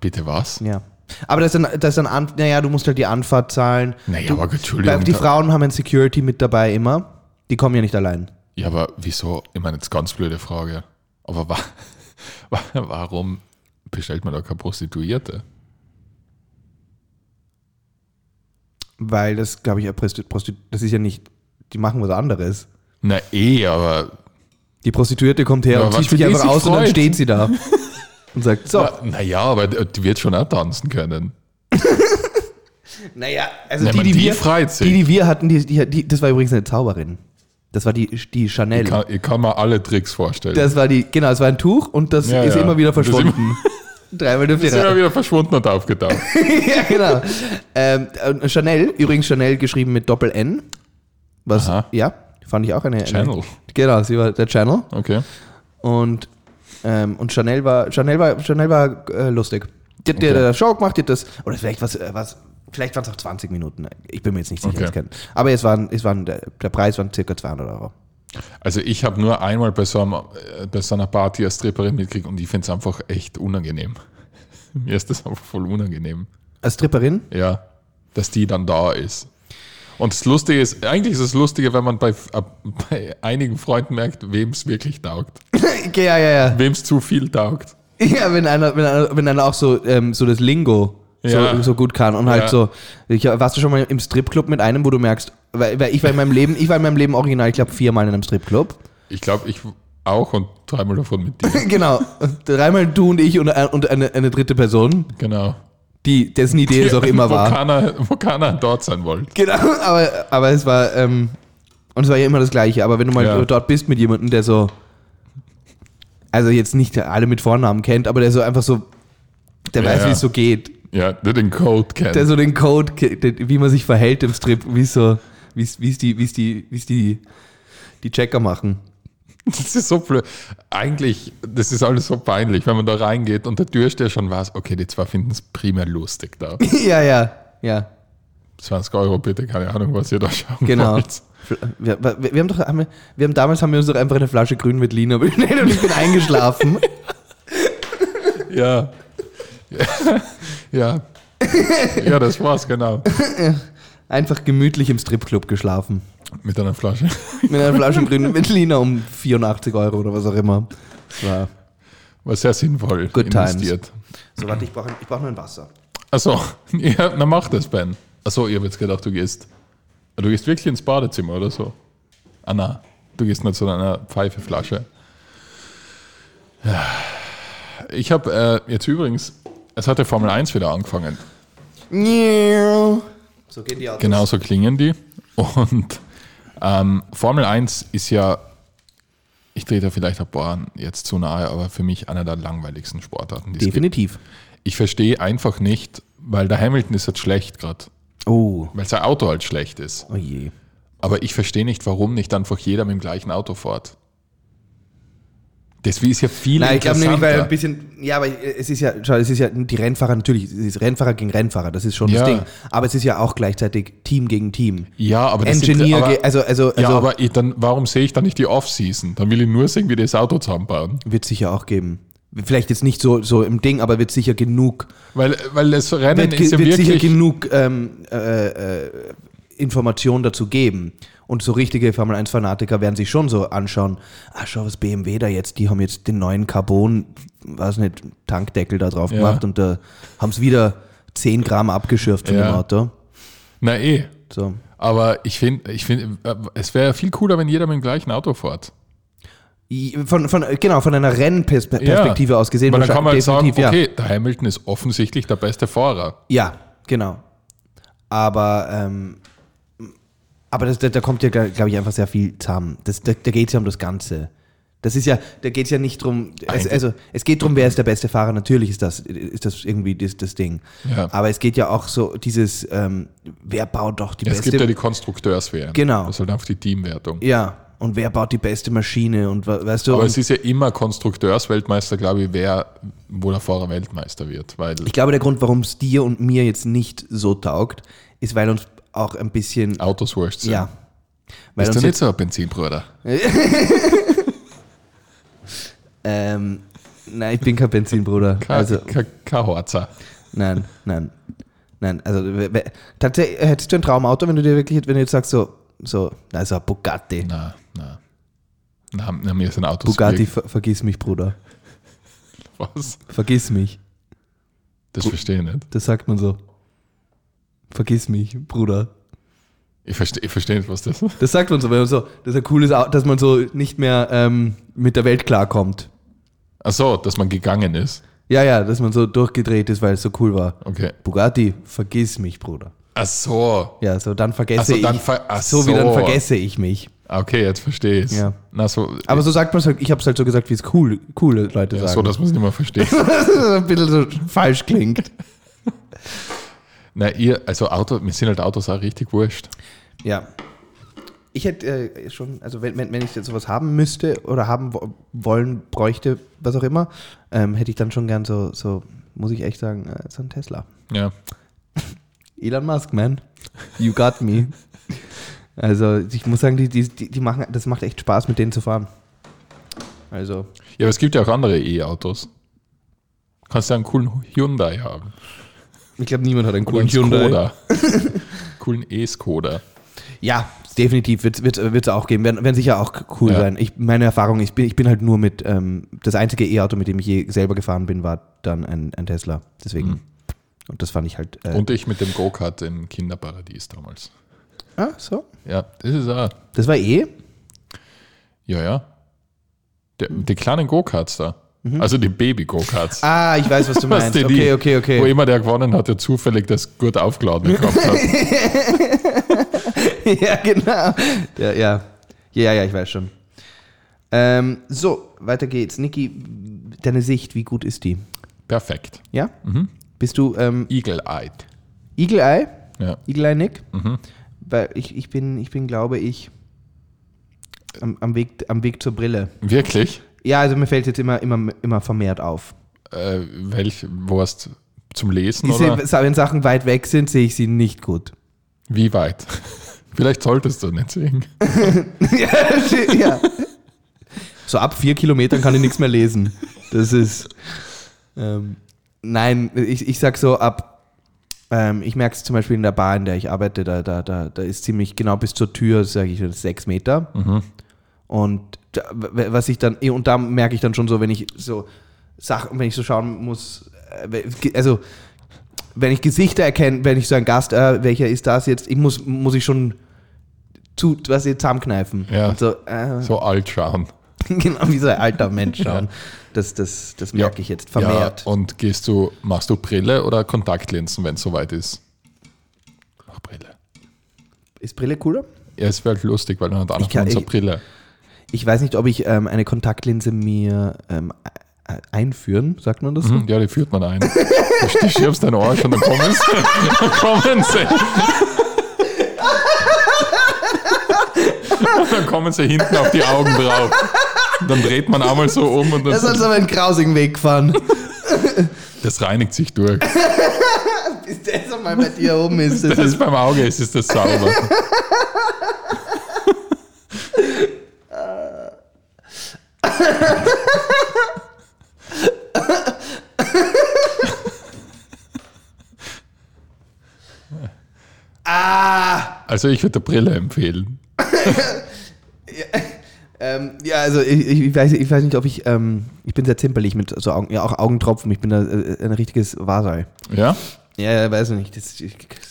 B: Bitte was?
A: Ja. Aber das ist dann, das ist dann an, naja, du musst halt die Anfahrt zahlen.
B: Naja,
A: du,
B: aber Entschuldigung,
A: weil Die
B: da-
A: Frauen haben ein Security mit dabei immer. Die kommen ja nicht allein.
B: Ja, aber wieso? Ich meine, jetzt ganz blöde Frage. Aber wa wa warum bestellt man da keine Prostituierte?
A: Weil das, glaube ich, ja Prosti- Prosti- das ist ja nicht, die machen was anderes.
B: Na eh, aber
A: Die Prostituierte kommt her
B: Ja,
A: und
B: was
A: zieht
B: für
A: sich
B: die
A: einfach
B: sich
A: aus und dann
B: freut.
A: steht sie da. und sagt, so.
B: Na- Naja, aber die die wird schon auch tanzen können.
A: Naja, also
B: Ja,
A: die,
B: man,
A: die,
B: die
A: wir,
B: freut sich.
A: die, die wir hatten, die, die, die, das war übrigens eine Zauberin. Das war die, die Chanel.
B: Ich kann, ich kann mir alle Tricks vorstellen.
A: das war die, genau, es war ein Tuch und das
B: Ja,
A: ist
B: ja.
A: immer wieder
B: Das ist immer-
A: verschwunden. Dreimal dürft ihr
B: ist
A: raten.
B: immer wieder verschwunden und aufgetaucht.
A: ja, genau. Ähm, äh, Chanel, übrigens Chanel geschrieben mit Doppel-N. Was,
B: Aha.
A: ja, fand ich auch eine.
B: Channel.
A: Eine, genau, sie war der Channel.
B: Okay.
A: Und, ähm, und Chanel war, Chanel war, Chanel war äh, lustig. Die hat die hat
B: Okay.
A: eine Show gemacht, die hat das, oder vielleicht was, was Vielleicht waren es auch 20 Minuten. Ich bin mir jetzt nicht sicher.
B: Okay.
A: es kann- Aber es waren, es waren, der, der Preis waren circa 200 Euro.
B: Also ich habe nur einmal bei so, einem, äh, bei so einer Party als Stripperin mitgekriegt und ich finde es einfach echt unangenehm. Mir ist das einfach voll unangenehm.
A: Als Stripperin?
B: Ja, dass die dann da ist. Und das Lustige ist, eigentlich ist es Lustige, wenn man bei, ab- bei einigen Freunden merkt, wem es wirklich taugt.
A: ja, ja, ja.
B: Wem es zu viel taugt.
A: Ja, wenn einer, wenn einer, wenn einer auch so, ähm, so das Lingo so,
B: Ja.
A: so gut kann und
B: Ja.
A: halt so. Ich, warst du schon mal im Stripclub mit einem, wo du merkst, weil, weil ich war in meinem Leben, ich war in meinem Leben original, ich glaube viermal in einem Stripclub.
B: Ich glaube, ich auch und dreimal davon mit dir.
A: genau. Dreimal du und ich und, ein- und eine, eine dritte Person,
B: Genau.
A: die dessen Idee es auch immer
B: wo
A: war.
B: Keiner, wo keiner dort sein wollte.
A: Genau, aber, aber es war, ähm, und es war ja immer das Gleiche, aber wenn du mal
B: Ja.
A: dort bist mit jemandem, der so, also jetzt nicht alle mit Vornamen kennt, aber der so einfach so, der
B: Ja,
A: weiß,
B: ja.
A: wie es so geht.
B: Ja, der den Code kennt.
A: der so den Code, ke- den, wie man sich verhält im Strip, wie so, wie es wie es die, wie es die, wie es die, die Checker machen.
B: Das ist so blöd. Eigentlich, das ist alles so peinlich, wenn man da reingeht und der Türsteher schon weiß, okay, die zwei finden es primär lustig da.
A: ja, ja, ja,
B: 20 Euro bitte, keine Ahnung, was ihr da schauen
A: genau.
B: wollt.
A: Fl- Wir, wir, wir haben doch, haben wir, wir haben damals haben wir uns doch einfach eine Flasche Grün mit Lina bestellt und ich bin eingeschlafen.
B: Ja. ja. Ja, das war's, genau.
A: Einfach gemütlich im Stripclub geschlafen.
B: Mit einer Flasche.
A: Mit einer Flasche Grün mit Lina um 84 Euro oder was auch immer. Das war.
B: War sehr sinnvoll
A: Good times.
B: investiert.
A: So, warte, ich brauche ich brauch nur ein Wasser.
B: Achso, ja, na mach das, Ben. Achso, ich hab jetzt gedacht, du gehst. Du gehst wirklich ins Badezimmer oder so. Ah na, du gehst nicht zu einer Pfeifeflasche. Ja. Ich habe äh, jetzt übrigens, es hat der Formel 1 wieder angefangen.
A: So gehen die Autos.
B: Genau so klingen die. Und ähm, Formel 1 ist ja, ich drehe da vielleicht ein paar jetzt zu nahe, aber für mich einer der langweiligsten Sportarten. Die es gibt.
A: Definitiv.
B: Ich verstehe einfach nicht, weil der Hamilton ist jetzt schlecht gerade,
A: Oh,
B: weil sein Auto halt schlecht ist.
A: oh je.
B: Aber ich verstehe nicht, warum nicht einfach jeder mit dem gleichen Auto fährt. Das ist ja viel
A: Nein, ich glaube nämlich, weil ein
B: interessanter.
A: bisschen, ja, aber es ist ja, schau, es ist ja die Rennfahrer natürlich, es ist Rennfahrer gegen Rennfahrer, das ist schon
B: Ja.
A: das Ding. Aber es ist ja auch gleichzeitig Team gegen Team.
B: ja, aber das
A: Engineer,
B: aber,
A: ge- also, also, also
B: ja, aber ich, dann, warum sehe ich dann nicht die Off-Season? Dann will ich nur sehen, wie die das Auto zusammenbauen.
A: wird sicher auch geben. Vielleicht jetzt nicht so, so im Ding, aber wird sicher genug,
B: Weil, weil das Rennen
A: wird, ge-
B: ist ja
A: wird sicher
B: wirklich.
A: genug ähm, äh, äh, Informationen dazu geben. Und so richtige Formel 1-Fanatiker werden sich schon so anschauen, ah, schau, was BMW da jetzt, die haben jetzt den neuen Carbon, weiß nicht, Tankdeckel da drauf
B: Ja.
A: gemacht und da haben es wieder 10 Gramm abgeschürft von
B: Ja.
A: dem Auto.
B: Na eh.
A: So.
B: Aber ich finde, ich find, äh, es wäre viel cooler, wenn jeder mit dem gleichen Auto fährt.
A: I- Von, von, genau, von einer Rennperspektive aus gesehen.
B: Weil dann kann man halt sagen,
A: definitiv, ja.
B: okay, der Hamilton ist offensichtlich der beste Fahrer.
A: Ja, genau. Aber, ähm, aber das, da, da kommt ja, glaube ich, einfach sehr viel zusammen. Das, da da geht es ja um das Ganze. Das ist ja, da geht es ja nicht drum, es,
B: Eigentlich-
A: also es geht drum, wer ist der beste Fahrer, natürlich ist das, ist das irgendwie das, das Ding.
B: Ja.
A: Aber es geht ja auch so dieses, ähm, wer baut doch die
B: Es
A: beste
B: gibt ja die Konstrukteurswerte.
A: Genau.
B: Das ist halt einfach die Teamwertung.
A: Ja, und wer baut die beste Maschine und we- weißt du,
B: Aber
A: und
B: es ist ja immer Konstrukteursweltmeister, glaube ich, wer, wo der Fahrer Weltmeister wird. Weil,
A: ich glaube, der Grund, warum es dir und mir jetzt nicht so taugt, ist, weil uns auch ein bisschen,
B: Autos wurscht sind.
A: ja, weil
B: Bist du
A: uns
B: nicht so ein Benzinbruder?
A: Ähm, nein, ich bin kein Benzinbruder.
B: Kein,
A: also,
B: kein, kein Horzer.
A: nein, nein. Nein, also we- we- tatsächlich hättest du ein Traumauto, wenn du dir wirklich, wenn du jetzt sagst, so, so, also ein Bugatti.
B: Nein, nein. Nein, nein, mir sind Autos
A: Bugatti,
B: wirklich-
A: ver vergiss mich, Bruder.
B: Was?
A: Vergiss mich.
B: Das verstehe ich nicht.
A: Das sagt man so. Vergiss mich, Bruder.
B: Ich verstehe ich verstehe nicht, was das ist.
A: Das sagt man so, wenn man so, das ist ein cooles Auto, dass man so nicht mehr ähm, mit der Welt klarkommt.
B: Ach so, dass man gegangen ist.
A: Ja, ja, dass man so durchgedreht ist, weil es so cool war.
B: Okay.
A: Bugatti, vergiss mich, Bruder. Ach
B: so.
A: Ja, so dann vergesse
B: Ach so, dann
A: ich.
B: ver- ach
A: so wie dann
B: so.
A: vergesse ich mich.
B: Ah, Okay, jetzt verstehe ich es.
A: Ja.
B: Na, so, äh,
A: Aber so sagt man es halt, ich habe es halt so gesagt, wie es cool, coole Leute
B: ja, so,
A: sagen.
B: dass man es nicht mehr versteht.
A: dass es ein bisschen so falsch klingt.
B: Na, ihr, also Auto, mir sind halt Autos auch richtig wurscht.
A: Ja. Ich hätte äh, schon, also wenn, wenn, wenn ich jetzt sowas haben müsste oder haben wo- wollen, bräuchte, was auch immer, ähm, hätte ich dann schon gern so, so muss ich echt sagen, äh, so ein Tesla.
B: Ja.
A: Elon Musk, man. You got me. Also ich muss sagen, die, die, die die machen, das macht echt Spaß, mit denen zu fahren. Also,
B: Ja, aber es gibt ja auch andere E-Autos. Kannst du einen coolen Hyundai haben.
A: ich glaube, niemand hat einen coolen
B: Oder einen
A: Hyundai.
B: Skoda. coolen E-Skoda.
A: Ja, definitiv wird es wird, wird's auch geben. Werden, werden sicher auch cool
B: Ja.
A: sein. Ich, meine Erfahrung, ich bin, ich bin halt nur mit, ähm, das einzige E-Auto, mit dem ich je selber gefahren bin, war dann ein, ein Tesla. Deswegen. Und das fand ich halt. Äh,
B: Mhm. Und ich mit dem Go-Kart im Kinderparadies damals.
A: ah, so.
B: Ja, das ist auch.
A: Das war eh.
B: Ja, ja. Der, die kleinen Go-Karts da. Also die Baby-Go-Karts.
A: Hm. Mhm. Ah, ich weiß, was du meinst.
B: die-
A: okay,
B: die-
A: okay,
B: Wo
A: okay.
B: immer der gewonnen hat, der zufällig das gut aufgeladen bekommen hat.
A: ja, genau. Ja, ja. Ja, ja, ich weiß schon. Ähm, so, weiter geht's. Niki, deine Sicht, wie gut ist die?
B: Perfekt.
A: Ja? Bist du ähm,
B: Eagle-eyed.
A: Eagle Eye?
B: Ja.
A: Eagle Eye Nick?
B: Mhm.
A: Weil ich, ich bin, ich bin, glaube ich, am, am, Weg, am Weg zur Brille.
B: Wirklich?
A: Ja, also mir fällt jetzt immer, immer, immer vermehrt auf.
B: Äh, welch, wo hast zum Lesen
A: Ich
B: oder
A: seh, wenn Sachen weit weg sind, sehe ich sie nicht gut.
B: wie weit? Vielleicht solltest du nicht sehen.
A: ja. So ab vier Kilometern kann ich nichts mehr lesen. Das ist. Ähm, nein, ich, ich sag so ab. Ähm, ich merke es zum Beispiel in der Bar, in der ich arbeite, da, da, da, da ist ziemlich genau bis zur Tür, sage ich, sechs Meter. Und da, w- was ich dann, eh, und da merke ich dann schon so, wenn ich so Sachen, wenn ich so schauen muss, äh, we- also wenn ich Gesichter erkenne, wenn ich so ein Gast, äh, welcher ist das jetzt, ich muss, muss ich schon zu, was jetzt zusammenkneifen.
B: Ja.
A: Und so, äh,
B: So alt schauen.
A: genau wie so ein alter Mensch schauen. Das, das, das merke ich jetzt vermehrt.
B: Ja, und gehst du, machst du Brille oder Kontaktlinsen, wenn es soweit ist? Mach Brille.
A: Ist Brille cooler?
B: Ja, es wäre halt lustig, weil dann hat einer
A: Ich kann- eh
B: von uns eine
A: ich-
B: Brille.
A: Ich weiß nicht, ob ich ähm, eine Kontaktlinse mir ähm, e- einführen, sagt man das so?
B: Hm, Ja, die führt man ein. Du schiebst deinen Arsch und dann kommen sie. Dann kommen sie. Und dann kommen sie hinten auf die Augen drauf. Dann dreht man einmal so um und
A: Das hat
B: das,
A: aber einen grausigen Weg gefahren.
B: das reinigt sich durch.
A: Bis das einmal bei dir oben ist. Das
B: Das ist beim Auge, ist, ist das sauber.
A: ah!
B: Also ich würde Brille empfehlen.
A: Ähm, ja, also ich, ich, weiß, ich weiß nicht, ob ich. Ähm, ich bin sehr zimperlich mit so Augen, ja, auch Augentropfen. Ich bin da, äh, ein richtiges Wasei.
B: Ja?
A: Ja, ja, weiß ich nicht. Das,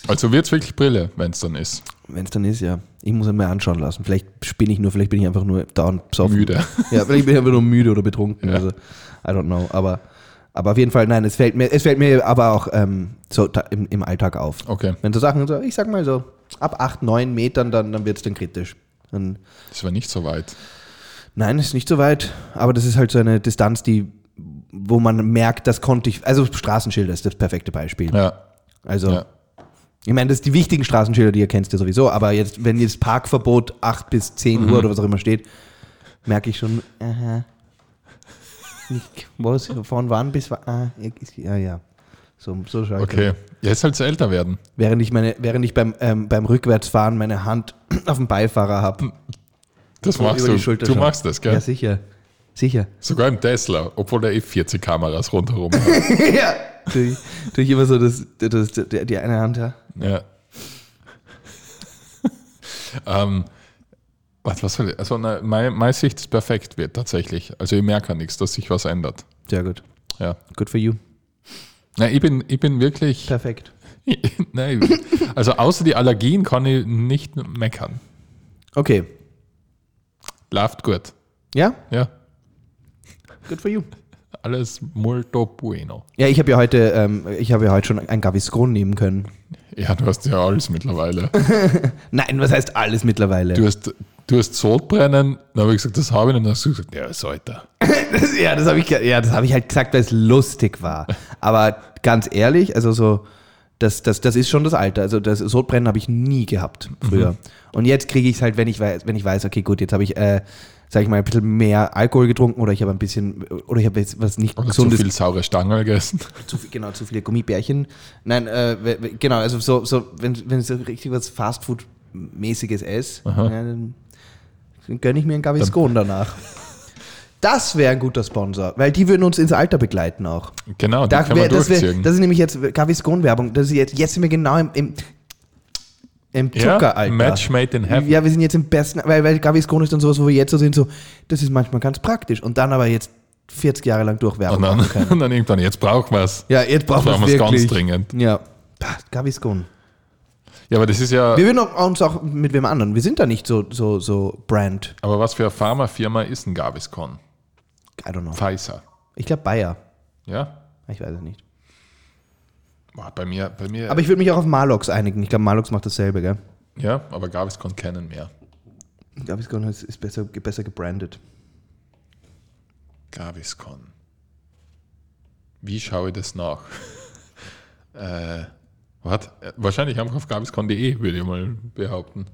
B: Also wird es wirklich Brille, wenn es dann ist.
A: Wenn es dann ist, ja. Ich muss es mir anschauen lassen. Vielleicht spinne ich nur, vielleicht bin ich einfach nur dauernd besoffen.
B: Müde.
A: Ja, vielleicht bin ich einfach nur müde oder betrunken.
B: Ja.
A: Also, I don't know. Aber, aber auf jeden Fall, nein, es fällt mir, es fällt mir aber auch ähm, so ta- im, im Alltag auf.
B: Okay.
A: Wenn so Sachen, so, ich sag mal so, ab 8, 9 Metern, dann, dann wird es dann kritisch. Dann,
B: Das war nicht so weit.
A: nein, ist nicht so weit, aber das ist halt so eine Distanz, die, wo man merkt, das konnte ich, also Straßenschilder ist das perfekte Beispiel.
B: Ja.
A: Also,
B: Ja.
A: ich meine, das sind die wichtigen Straßenschilder, die erkennst du sowieso, aber jetzt, wenn jetzt Parkverbot 8 bis 10 Uhr oder was auch immer steht, merke ich schon, aha, ich, was, von wann bis wann, ah, ich- ja, ja, so, so schaue ich
B: Okay. Ja, ist halt zu älter werden.
A: Während ich, meine, während ich beim, ähm, beim Rückwärtsfahren meine Hand auf dem Beifahrer habe.
B: Das
A: Und
B: machst
A: über
B: du.
A: die Schulter
B: Du
A: schauen.
B: machst das,
A: Ja.
B: gell?
A: sicher. Sicher.
B: Sogar im Tesla, obwohl der eh 40 Kameras rundherum hat.
A: ja. Tue ich, tue ich immer so das, das, die, die eine Hand, ja.
B: ja. ähm, was, was soll ich? Also, ne, meine, meine Sicht ist perfekt wird tatsächlich. Also, ich merke ja nichts, dass sich was ändert.
A: Sehr gut.
B: Ja.
A: Good for you.
B: Na, ich bin, ich bin wirklich.
A: Perfekt.
B: Nein, also, außer die Allergien kann ich nicht meckern.
A: Okay.
B: Läuft gut.
A: Ja?
B: Ja.
A: Good for you.
B: Alles molto bueno.
A: Ja, ich habe ja heute, ähm, ich habe ja heute schon ein Gaviscon nehmen können.
B: Ja, du hast ja alles mittlerweile.
A: Nein, was heißt alles mittlerweile?
B: Du hast, du hast Sodbrennen, dann habe ich gesagt, das habe ich, und dann hast du gesagt, ja, sollte.
A: Das, ja, das habe ich, ge- ja, das hab ich halt gesagt, weil es lustig war. Aber ganz ehrlich, also so, das, das, das ist schon das Alter. Also das Sodbrennen habe ich nie gehabt früher.
B: Mhm.
A: Und jetzt kriege ich es halt, wenn ich weiß, wenn ich weiß, okay, gut, jetzt habe ich, äh, sag ich mal, ein bisschen mehr Alkohol getrunken oder ich habe ein bisschen, oder ich habe jetzt was nicht
B: Und hast zu
A: Gesundes
B: viel saure Stangen gegessen.
A: zu viel, genau, zu viele Gummibärchen. Nein, äh, we- we- genau, also so, so wenn, wenn ich so richtig was Fastfood-mäßiges esse, ja, dann gönne ich mir einen Gaviscon danach. Das wäre ein guter Sponsor, weil die würden uns ins Alter begleiten auch.
B: Genau,
A: Da
B: da kann
A: wär,
B: man
A: das, wär,
B: durchziehen.
A: das ist nämlich jetzt Gaviscon-Werbung. Das ist jetzt, jetzt sind wir genau im, im, im
B: ja,
A: Zuckeralter.
B: Match made in heaven.
A: Ja, wir sind jetzt im besten, weil, weil Gaviscon ist dann sowas, wo wir jetzt so sind, so, das ist manchmal ganz praktisch. Und dann aber jetzt 40 Jahre lang durchwerben.
B: und, dann, und dann irgendwann, jetzt brauchen wir es.
A: Ja, jetzt brauchen
B: Brauchen
A: wir
B: wir's
A: es
B: ganz
A: wirklich.
B: dringend.
A: Ja. Pah, Gaviscon.
B: Ja, aber das ist ja,
A: Wir würden auch- uns auch mit wem anderen. Wir sind da nicht so, so, so Brand.
B: aber was für eine Pharmafirma ist ein Gaviscon?
A: I don't know.
B: Pfizer,
A: Ich glaube Bayer.
B: ja?
A: Ich weiß es nicht.
B: Boah, bei mir, bei mir,
A: Aber ich würde mich auch auf Marlox einigen. Ich glaube, Marlox macht dasselbe, gell?
B: ja, aber Gaviscon kennen mehr.
A: Gaviscon ist, ist besser, besser gebrandet.
B: Gaviscon. Wie schaue ich das nach? äh, what? Äh, Wahrscheinlich einfach auf gaviscon.de, würde ich mal behaupten.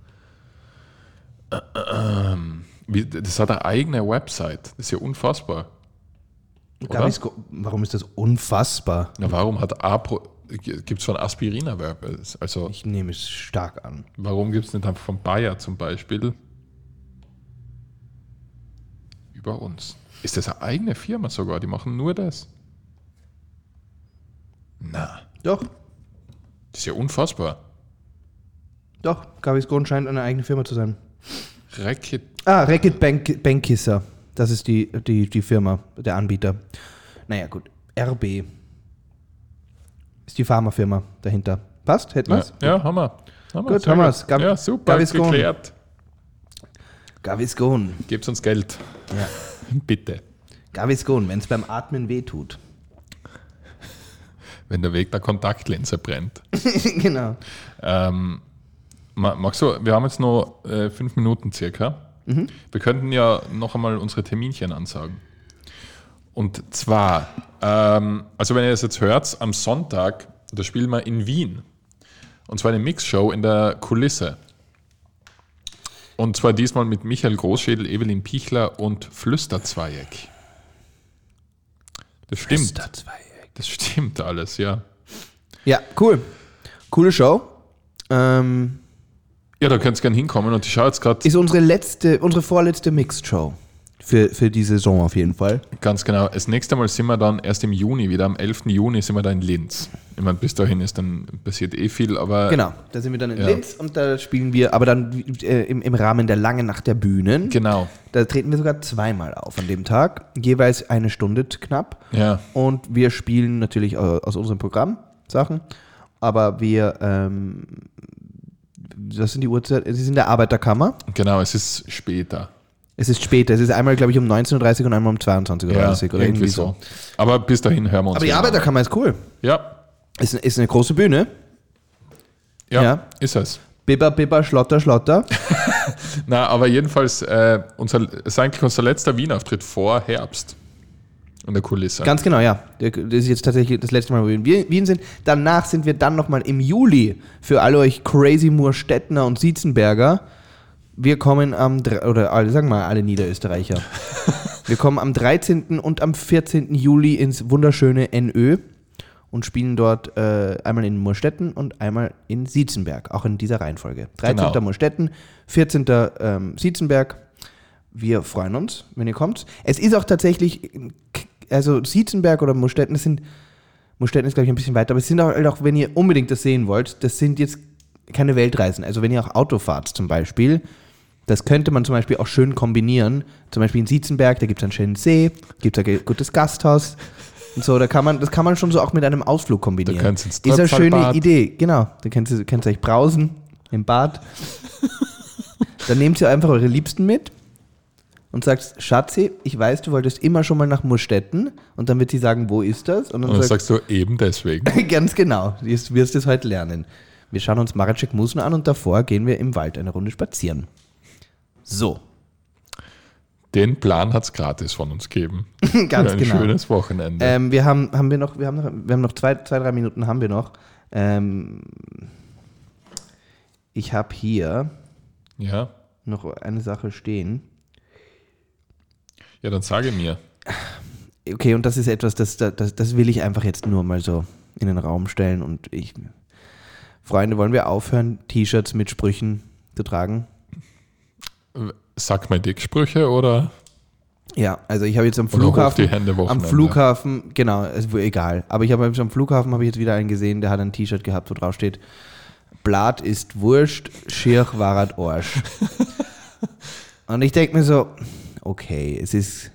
B: Ä- ähm, wie- Das hat eine eigene Website. Das ist ja unfassbar. Oder?
A: Gaviscon, warum ist das unfassbar?
B: Na, warum hat Apro. Gibt es von Aspirin eine Werbe? Also,
A: Ich nehme es stark an.
B: warum gibt es nicht einfach von Bayer zum Beispiel? Über uns. Ist das eine eigene Firma sogar? Die machen nur das. Na.
A: Doch,
B: Das ist ja unfassbar.
A: doch. Gaviscon scheint eine eigene Firma zu sein.
B: Racket.
A: Ah, Racket Bank, Bankisser. Das ist die, die, die Firma, der Anbieter. Naja, gut. RB. Ist die Pharmafirma dahinter. Passt? Hätten wir's?
B: Ja, ja, Hammer. Hammer
A: Gut,
B: sehr
A: haben wir's. Gab-
B: ja, super.
A: Gaviscon.
B: Geklärt.
A: Gaviscon.
B: Gebt uns Geld.
A: Ja.
B: Bitte.
A: Gaviscon, wenn es beim Atmen wehtut.
B: Wenn der Weg der Kontaktlinse brennt.
A: genau.
B: Ähm, ma- magst du, wir haben jetzt nur äh, fünf Minuten circa. Wir könnten ja noch einmal unsere Terminchen ansagen. Und zwar, ähm, also wenn ihr das jetzt hört, am Sonntag, da spielen wir in Wien. Und zwar eine Mixshow in der Kulisse. Und zwar diesmal mit Michael Großschädel, Evelyn Pichler und Flüsterzweieck. Das stimmt. Das stimmt alles, ja.
A: Ja, cool. Coole Show. Ähm,
B: Ja, da könnt ihr gerne hinkommen und ich schaue jetzt gerade
A: ist unsere letzte, unsere vorletzte Mixed-Show. Für, für die Saison auf jeden Fall.
B: ganz genau. Das nächste Mal sind wir dann erst im Juni wieder. Am 11. Juni sind wir da in Linz. Ich meine, bis dahin ist dann passiert eh viel, aber
A: Genau, da sind wir dann in
B: Ja.
A: Linz und da spielen wir, aber dann äh, im, im Rahmen der langen Nacht der Bühnen.
B: genau.
A: Da treten wir sogar zweimal auf an dem Tag, jeweils eine Stunde t- knapp.
B: Ja.
A: Und wir spielen natürlich au- aus unserem Programm Sachen, aber wir, ähm, das sind die Uhrzeit, es ist in der Arbeiterkammer.
B: Genau, es ist später.
A: Es ist später, es ist einmal, glaube ich, um 19.30 Uhr und einmal um 22.30 Uhr
B: Ja,
A: oder irgendwie so.
B: Aber bis dahin hören wir uns.
A: Aber die
B: wieder.
A: Arbeiterkammer ist cool.
B: Ja,
A: Ist, ist eine große Bühne.
B: ja,
A: Ja.
B: ist es.
A: Bibber, bibber, schlotter, schlotter.
B: Na, aber jedenfalls, äh, unser, ist eigentlich unser letzter Wien-Auftritt vor Herbst. In der Kulisse.
A: Ganz genau, ja. Das ist jetzt tatsächlich das letzte Mal, wo wir in Wien Wien sind. Danach sind wir dann nochmal im Juli für alle euch Crazy Murstettner und Siezenberger. Wir kommen am, dr- oder alle, sagen wir mal, alle Niederösterreicher. wir kommen am 13. und am 14. Juli ins wunderschöne NÖ und spielen dort äh, einmal in Murstetten und einmal in Siezenberg, auch in dieser Reihenfolge. 13.
B: Genau.
A: Murstetten, 14. Ähm, Siezenberg, wir freuen uns, wenn ihr kommt. Es ist auch tatsächlich, k- also Siezenberg oder Mustetten, das sind, Mustetten ist glaube ich ein bisschen weiter, aber es sind auch, auch, wenn ihr unbedingt das sehen wollt, das sind jetzt keine Weltreisen. Also wenn ihr auch Auto fahrt zum Beispiel, das könnte man zum Beispiel auch schön kombinieren. Zum Beispiel in Siezenberg, da gibt es einen schönen See, gibt es ein ge- gutes Gasthaus und so. Da kann man, das kann man schon so auch mit einem Ausflug kombinieren.
B: Da könnt's ins
A: ist eine schöne
B: Tröpfelbad.
A: Idee, genau. Da könnt ihr, könnt ihr euch brausen im Bad. Dann nehmt ihr einfach eure Liebsten mit und sagst, Schatzi, ich weiß, du wolltest immer schon mal nach Murstetten. Und dann wird sie sagen, wo ist das? Und dann
B: Und dann
A: sagt,
B: sagst du eben deswegen.
A: ganz genau, du wirst- wirst es heute lernen. Wir schauen uns Maracek Musen an und davor gehen wir im Wald eine Runde spazieren. So,
B: Den Plan hat es gratis von uns gegeben.
A: ganz
B: Für ein
A: genau.
B: schönes Wochenende.
A: Ähm, wir haben, haben wir noch, wir haben noch, wir haben noch zwei, zwei, drei Minuten haben wir noch. Ähm, ich habe hier
B: Ja.
A: noch eine Sache stehen.
B: Ja, dann sage mir.
A: Okay, und das ist etwas, das, das, das will ich einfach jetzt nur mal so in den Raum stellen. Und ich, Freunde, wollen wir aufhören, T-Shirts mit Sprüchen zu tragen?
B: Sag mal Dicksprüche oder?
A: Ja, also ich habe jetzt am
B: Oder hoch
A: Flughafen,
B: die Hände
A: am
B: Wochenende.
A: Flughafen, genau, es war egal. Aber ich habe jetzt am Flughafen habe ich jetzt wieder einen gesehen, der hat ein T-Shirt gehabt, wo drauf steht: Blatt ist Wurscht, Schirch warat Arsch. und ich denke mir so: Okay, es ist,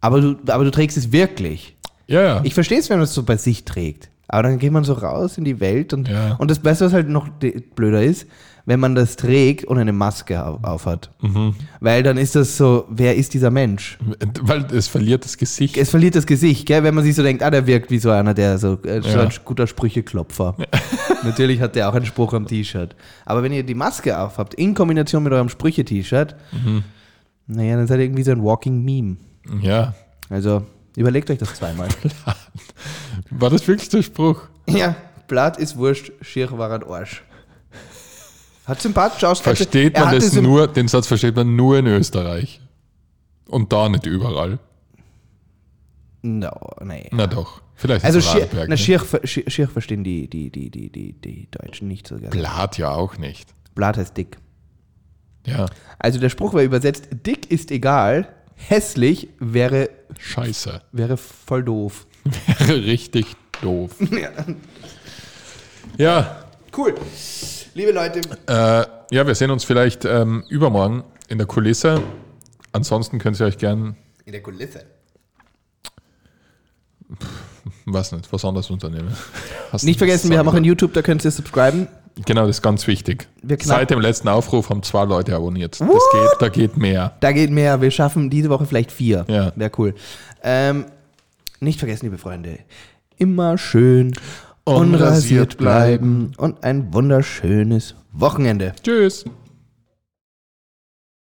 A: aber du, aber du trägst es wirklich.
B: Ja, ja.
A: Ich verstehe es, wenn man es so bei sich trägt. Aber dann geht man so raus in die Welt und,
B: Ja.
A: und das Beste, was halt noch de- blöder ist, wenn man das trägt und eine Maske au- aufhat.
B: Mhm.
A: Weil dann ist das so, wer ist dieser Mensch?
B: Weil es verliert das Gesicht.
A: Es verliert das Gesicht, gell? wenn man sich so denkt, ah, der wirkt wie so einer, der so, äh, so
B: Ja.
A: ein guter Sprücheklopfer. Natürlich hat der auch einen Spruch am T-Shirt. Aber wenn ihr die Maske aufhabt, in Kombination mit eurem Sprüche-T-Shirt,
B: Mhm.
A: naja, dann seid ihr irgendwie so ein Walking Meme.
B: ja.
A: Also überlegt euch das zweimal.
B: War das wirklich der Spruch?
A: Ja, Blatt ist wurscht, Schirch war ein Arsch. Hat sympathisch aus.
B: Versteht
A: er
B: man
A: hatte
B: das
A: symp-
B: nur, den Satz versteht man nur in Österreich. Und da nicht überall.
A: No, nee.
B: Na doch. Vielleicht ne?
A: Also
B: ist
A: Schir,
B: Vorarlberg
A: na,
B: nicht.
A: Schirch, ver- Schir- Schirch verstehen die, die, die, die, die, die Deutschen nicht so gerne.
B: Blatt ja auch nicht.
A: Blatt heißt dick.
B: Ja.
A: Also der Spruch war übersetzt, dick ist egal, hässlich wäre,
B: Scheiße.
A: wäre voll doof.
B: Wäre richtig doof. Ja.
A: Cool. Liebe Leute,
B: Ja, äh, ja wir sehen uns vielleicht ähm, übermorgen in der Kulisse. Ansonsten könnt ihr euch gern,
A: in der Kulisse.
B: was nicht, was anderes unternehmen. Hast
A: Nicht
B: du-
A: vergessen, wir haben auch
B: Sorry.
A: in YouTube, da könnt ihr subscriben.
B: Genau, das ist ganz wichtig.
A: Wir knacken-
B: Seit dem letzten Aufruf haben zwei Leute abonniert. Das
A: What?
B: geht, da geht mehr.
A: Da geht mehr. Wir schaffen diese Woche vielleicht vier.
B: Ja.
A: Wäre cool. Ähm, nicht vergessen, liebe Freunde, immer schön
B: Unrasiert
A: unrasiert bleiben und ein wunderschönes Wochenende.
B: Tschüss.